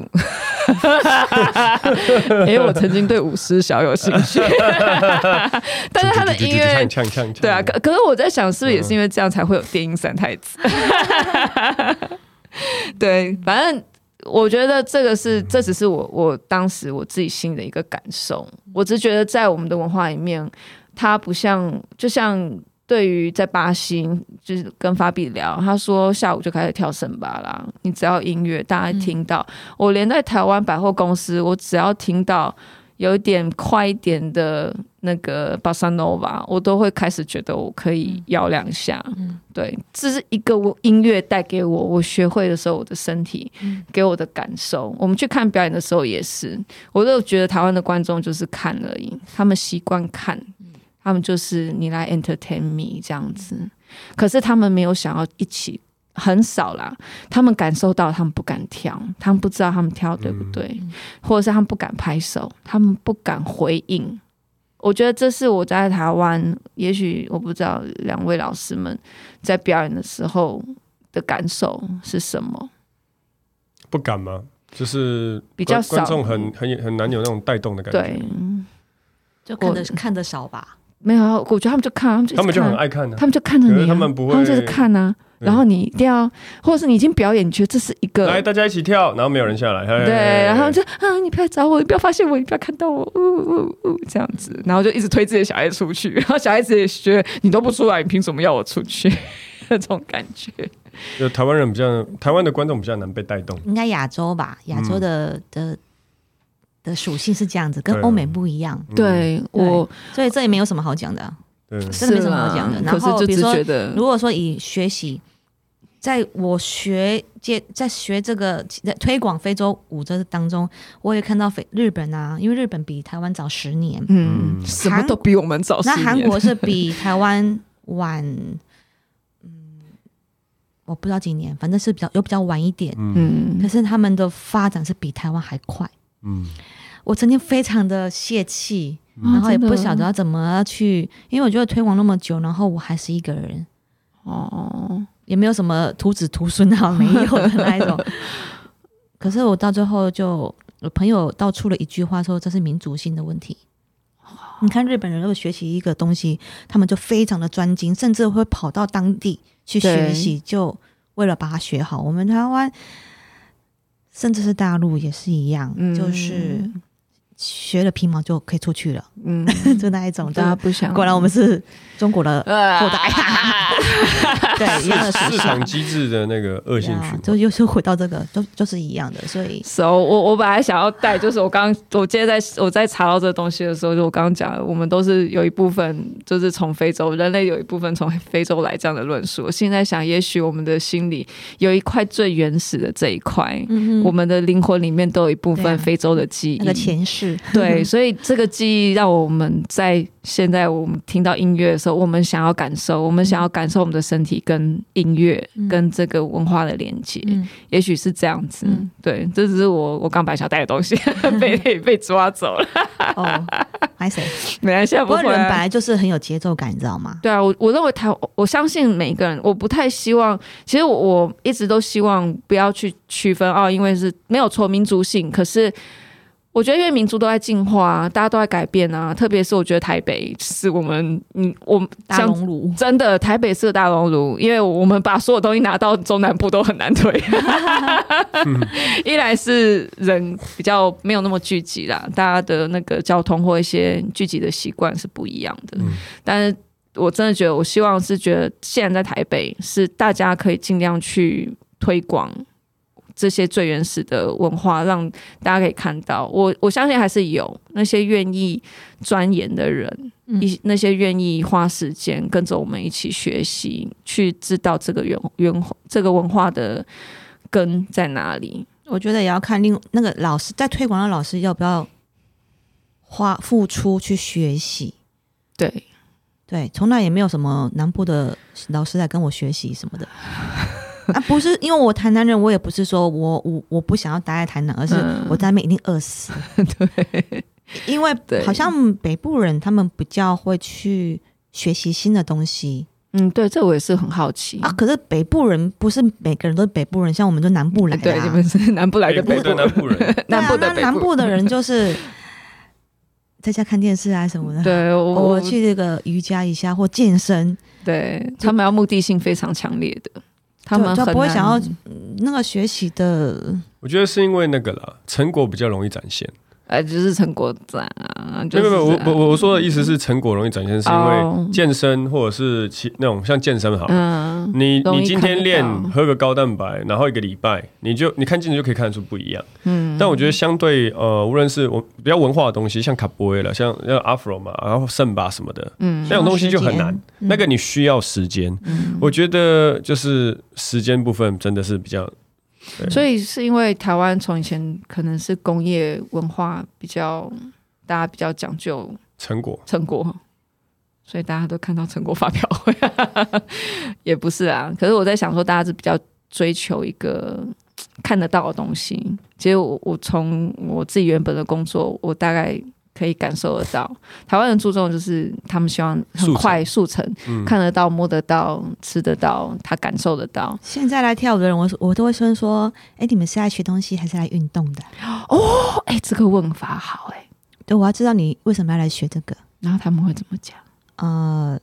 [SPEAKER 1] 因为我曾经对舞狮小有兴趣， 但是他的音乐。
[SPEAKER 3] 呛呛呛
[SPEAKER 1] 对啊，可可是我在想，是不是也是因为这样才会有电音三太子？对，反正我觉得这个是，这只是我我当时我自己心里的一个感受。我只是觉得在我们的文化里面，它不像，就像对于在巴西，就是跟法比聊，他说下午就开始跳圣巴啦，你只要音乐大家听到，我连在台湾百货公司，我只要听到。有一点快一点的那个 bossa nova，我都会开始觉得我可以摇两下。对，这是一个我音乐带给我，我学会的时候，我的身体给我的感受。我们去看表演的时候也是，我都觉得台湾的观众就是看而已，他们习惯看，他们就是你来 entertain me 这样子，可是他们没有想要一起。很少啦，他们感受到他们不敢跳，他们不知道他们跳对不对，或者是他们不敢拍手，他们不敢回应。我觉得这是我在台湾，也许我不知道两位老师们在表演的时候的感受是什么。
[SPEAKER 3] 不敢吗？就是
[SPEAKER 1] 比较
[SPEAKER 3] 观观
[SPEAKER 1] 少
[SPEAKER 3] 众很很很难有那种带动的感觉
[SPEAKER 1] 对，，
[SPEAKER 2] 就
[SPEAKER 1] 看
[SPEAKER 2] 看
[SPEAKER 1] 得
[SPEAKER 2] 的看的少吧。
[SPEAKER 1] 没有啊，我觉得他们就看，他们就一直
[SPEAKER 3] 他们就
[SPEAKER 1] 看
[SPEAKER 3] 很爱看的
[SPEAKER 1] 他。们就看着
[SPEAKER 3] 可
[SPEAKER 1] 你、
[SPEAKER 3] 是
[SPEAKER 1] 啊，
[SPEAKER 3] 他们不会
[SPEAKER 1] 他们就是看啊，然后你一定要，或者是你已经表演，你觉得这是一个
[SPEAKER 3] 来大家一起跳，然后没有人下来，嘿
[SPEAKER 1] 对，然后就啊，你不要找我，你不要发现我，你不要看到我，呜呜呜，这样子，然后就一直推自己的小孩出去，然后小孩子也觉得你都不出来，你凭什么要我出去？ 那种感觉，
[SPEAKER 3] 就台湾人比较，台湾的观众比较难被带动。
[SPEAKER 2] 应该亚洲吧，亚洲的、的的属性是这样子，跟
[SPEAKER 3] 对啊
[SPEAKER 2] 欧美不一样，
[SPEAKER 3] 嗯，
[SPEAKER 1] 对我
[SPEAKER 2] 所以这也没有什么好讲的啊、
[SPEAKER 3] 对，
[SPEAKER 2] 真的没什么好讲的
[SPEAKER 1] 是啦
[SPEAKER 2] 然后
[SPEAKER 1] 可是
[SPEAKER 2] 比
[SPEAKER 1] 就
[SPEAKER 2] 如
[SPEAKER 1] 只
[SPEAKER 2] 说
[SPEAKER 1] 觉得
[SPEAKER 2] 如果说以学习，在我学界在学这个在推广非洲舞这当中，我也看到非日本啊，因为日本比台湾早十年，
[SPEAKER 1] 嗯，
[SPEAKER 3] 嗯
[SPEAKER 1] 什么都比我们早十
[SPEAKER 2] 那
[SPEAKER 1] 哦年。
[SPEAKER 2] 韩国是比台湾晚，嗯，我不知道几年，反正是比较有比较晚一点，
[SPEAKER 3] 嗯
[SPEAKER 1] 嗯
[SPEAKER 2] 可，是他们的发展是比台湾还快。
[SPEAKER 3] 嗯
[SPEAKER 2] 我曾经非常的泄气，然后也
[SPEAKER 1] 啊真的
[SPEAKER 2] 不晓得要怎么去，因为我觉得推广那么久，然后我还是一个人，
[SPEAKER 1] 哦，
[SPEAKER 2] 也没有什么徒子徒孙啊，没有的那一 种。可是我到最后就，我朋友道出了一句话说，这是民族性的问题。你看日本人如果学习一个东西，他们就非常的专精，甚至会跑到当地去学习，就为了把它学好。我们台湾，甚至是大陆也是一样，
[SPEAKER 1] 嗯
[SPEAKER 2] 就是学了皮毛就可以出去了，
[SPEAKER 1] 嗯， 啊
[SPEAKER 2] 就那一种。
[SPEAKER 1] 大家不想，
[SPEAKER 2] 果然我们是中国 的后代，对一样的属
[SPEAKER 3] 市
[SPEAKER 2] 性。
[SPEAKER 3] 场机制的那个恶性
[SPEAKER 2] 对啊
[SPEAKER 3] 循环，
[SPEAKER 2] 就又是回到这个，就就是一样的，所以
[SPEAKER 1] so 我我本来想要带，就是我刚我今天在我在查到这个东西的时候，就我刚刚讲的，我们都是有一部分就是从非洲，人类有一部分从非洲来这样的论述。我现在想，也许我们的心里有一块最原始的这一块，
[SPEAKER 2] 嗯
[SPEAKER 1] 我们的灵魂里面都有一部
[SPEAKER 2] 对啊
[SPEAKER 1] 分非洲的记忆。
[SPEAKER 2] 那个前世，
[SPEAKER 1] 嗯 对，所以这个记忆让我们在现在我们听到音乐的时候，我们想要感受，我们想要感受我们的身体跟音乐、
[SPEAKER 2] 嗯
[SPEAKER 1] 跟这个文化的连接，
[SPEAKER 2] 嗯
[SPEAKER 1] 也许是这样子。
[SPEAKER 2] 嗯
[SPEAKER 1] 对，这只是我我刚本来想带的东西 被被抓走了，
[SPEAKER 2] 哦，还谁？
[SPEAKER 1] 没关系，
[SPEAKER 2] 不
[SPEAKER 1] 不
[SPEAKER 2] 过
[SPEAKER 1] 会
[SPEAKER 2] 人本
[SPEAKER 1] 啊。
[SPEAKER 2] 来就是很有节奏感，你知道吗？
[SPEAKER 1] 对啊，我我认为台，我相信每个人，我不太希望，其实我我一直都希望不要去区分哦，因为是没有错民族性，可是我觉得，因为民族都在进化、啊，大家都在改变啊。特别是我觉得台北是我们，嗯，我们
[SPEAKER 2] 大熔炉，
[SPEAKER 1] 真的台北是个大熔炉，因为我们把所有东西拿到中南部都很难推。一来是人比较没有那么聚集啦，大家的那个交通或一些聚集的习惯是不一样的。
[SPEAKER 3] 嗯
[SPEAKER 1] 但是我真的觉得，我希望是觉得现在在台北是大家可以尽量去推广。这些最原始的文化，让大家可以看到。我我相信还是有那些愿意钻研的人，一那些愿意花时间跟着我们一起学习，去知道这个原原这个文化的根在哪里。
[SPEAKER 2] 我觉得也要看另那个老师在推广的老师要不要花付出去学习。
[SPEAKER 1] 对，
[SPEAKER 2] 对，从来也没有什么南部的老师来跟我学习什么的。啊，不是，因为我台南人，我也不是说我我我不想要待在台南，而是
[SPEAKER 1] 嗯
[SPEAKER 2] 我在那边一定饿死。对，因为
[SPEAKER 1] 对
[SPEAKER 2] 好像北部人他们比较会去学习新的东西
[SPEAKER 1] 嗯，对，这我也是很好奇
[SPEAKER 2] 啊，可是北部人不是每个人都是北部人，像我们就南部来的、
[SPEAKER 1] 对，
[SPEAKER 2] 啊
[SPEAKER 1] 哎你们是南部来的
[SPEAKER 3] 北
[SPEAKER 1] 北
[SPEAKER 3] 部的
[SPEAKER 1] 部，
[SPEAKER 3] 南部人，
[SPEAKER 2] 对啊
[SPEAKER 1] 南部的
[SPEAKER 2] 那
[SPEAKER 1] 北
[SPEAKER 2] 南部的人就是在家看电视啊什么 的。
[SPEAKER 1] 对嗯我
[SPEAKER 2] 我去这个瑜伽一下或健身，
[SPEAKER 1] 对他们要目的性非常强烈的，他们
[SPEAKER 2] 就就
[SPEAKER 1] 很
[SPEAKER 2] 不会
[SPEAKER 1] 难
[SPEAKER 2] 想要嗯那个学习的
[SPEAKER 3] 我觉得是因为那个啦，成果比较容易展现。
[SPEAKER 1] 呃，就是成果展啊，就
[SPEAKER 3] 没
[SPEAKER 1] 是
[SPEAKER 3] 有没有，
[SPEAKER 1] 这
[SPEAKER 3] 我
[SPEAKER 1] 样
[SPEAKER 3] 我我我说的意思是成果容易展现，是因
[SPEAKER 1] 哦
[SPEAKER 3] 为健身或者是其那种像健身好了，
[SPEAKER 1] 嗯，
[SPEAKER 3] 你
[SPEAKER 1] 容易
[SPEAKER 3] 你今
[SPEAKER 1] 看
[SPEAKER 3] 天
[SPEAKER 1] 得
[SPEAKER 3] 练
[SPEAKER 1] 到
[SPEAKER 3] 喝个高蛋白，然后一个礼拜，你就你看镜子就可以看得出不一样。
[SPEAKER 1] 嗯
[SPEAKER 3] 但我觉得相对呃，无论是我比较文化的东西，像卡波威了，像像 Afro 嘛，然后圣巴什么的，
[SPEAKER 1] 嗯
[SPEAKER 3] 那种东西就很难
[SPEAKER 2] 嗯。
[SPEAKER 3] 那个你需要时间，我觉得就是时间部分真的是比较
[SPEAKER 1] 所以是因为台湾从以前可能是工业文化比较，大家比较讲究
[SPEAKER 3] 成果。
[SPEAKER 1] 成果，所以大家都看到成果发表会， 也不是啊。可是我在想说，大家是比较追求一个嘖看得到的东西。其实我我从我自己原本的工作，我大概。可以感受得到，台湾人注重的就是他们希望很快速成，
[SPEAKER 3] 嗯
[SPEAKER 1] 看得到、摸得到、吃得到，他感受得到。
[SPEAKER 2] 现在来跳舞的人，我我都会先说：哎，你们是来学东西还是来运动的？
[SPEAKER 1] 哦，哎、这个问法好哎、
[SPEAKER 2] 对，我要知道你为什么要来学这个。
[SPEAKER 1] 然后他们会怎么讲？
[SPEAKER 2] 呃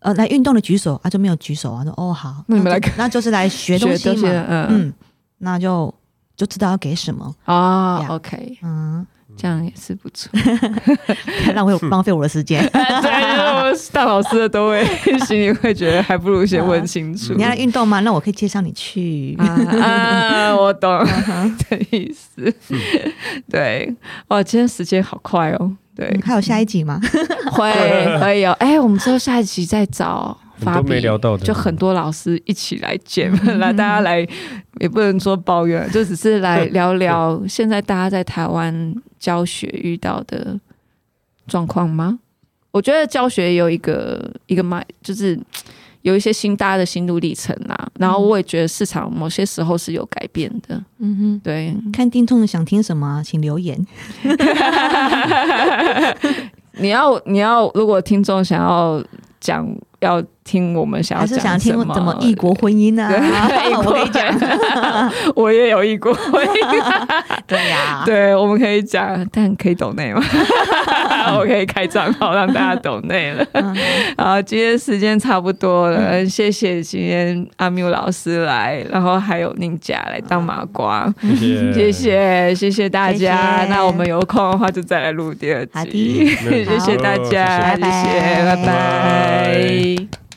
[SPEAKER 2] 呃，来运动的举手，啊，就没有举手啊，说哦好，
[SPEAKER 1] 那你们来
[SPEAKER 2] 就那就是来学东
[SPEAKER 1] 学
[SPEAKER 2] 西
[SPEAKER 1] 这些，
[SPEAKER 2] 嘛，
[SPEAKER 1] 嗯，
[SPEAKER 2] 嗯，那就就知道要给什么，
[SPEAKER 1] 啊
[SPEAKER 2] 呀
[SPEAKER 1] ，OK，
[SPEAKER 2] 嗯，
[SPEAKER 1] 这样也是不错。。
[SPEAKER 2] 浪费浪费我的时间
[SPEAKER 1] 哎对，就是当老师的都会 心里会觉得，还不如先问清楚
[SPEAKER 2] 你。要来运动吗？那我可以介绍你去嗯
[SPEAKER 1] 啊。啊， 我懂的意思。嗯对，哇，今天时间好快哦。对，
[SPEAKER 2] 嗯还有下一 集吗？
[SPEAKER 1] 会会有。哎、我们之后下一集再找法
[SPEAKER 3] 很
[SPEAKER 1] 比，
[SPEAKER 3] 多没聊到的
[SPEAKER 1] 就很多老师一起来见， 来大家来，也不能说抱怨，就只是来聊 聊现在大家在台湾教学遇到的状况吗？我觉得教学有一个一个脉，就是有一些新大家的心路历程啦。然后我也觉得市场某些时候是有改变的，
[SPEAKER 4] 嗯哼，
[SPEAKER 1] 对，
[SPEAKER 2] 看听众想听什么，请留言。
[SPEAKER 1] 你要你要，如果听众想要讲，要听我们想要
[SPEAKER 2] 还是
[SPEAKER 1] 讲
[SPEAKER 2] 想听
[SPEAKER 1] 什
[SPEAKER 2] 怎么异国婚姻 啊？
[SPEAKER 1] 对
[SPEAKER 2] 我跟你讲，
[SPEAKER 1] 讲，我也有异国 婚姻，
[SPEAKER 2] 对呀、
[SPEAKER 1] 对，我们可以讲，但可以抖内吗？ 我可以开账号让大家抖内了。
[SPEAKER 2] 嗯
[SPEAKER 1] 好，今天时间差不多了，谢谢今天阿缪老师来，然后还有宁佳来当麻瓜。
[SPEAKER 3] 谢
[SPEAKER 1] 谢谢谢谢大家，
[SPEAKER 2] 谢谢
[SPEAKER 1] 那我们有空的话就再来录第二
[SPEAKER 2] 好
[SPEAKER 1] 集
[SPEAKER 2] 的。
[SPEAKER 3] 没有
[SPEAKER 1] 谢谢大
[SPEAKER 3] 嗯好
[SPEAKER 1] 家，
[SPEAKER 2] 谢谢
[SPEAKER 1] 谢谢，拜
[SPEAKER 2] 拜
[SPEAKER 1] 拜
[SPEAKER 3] 拜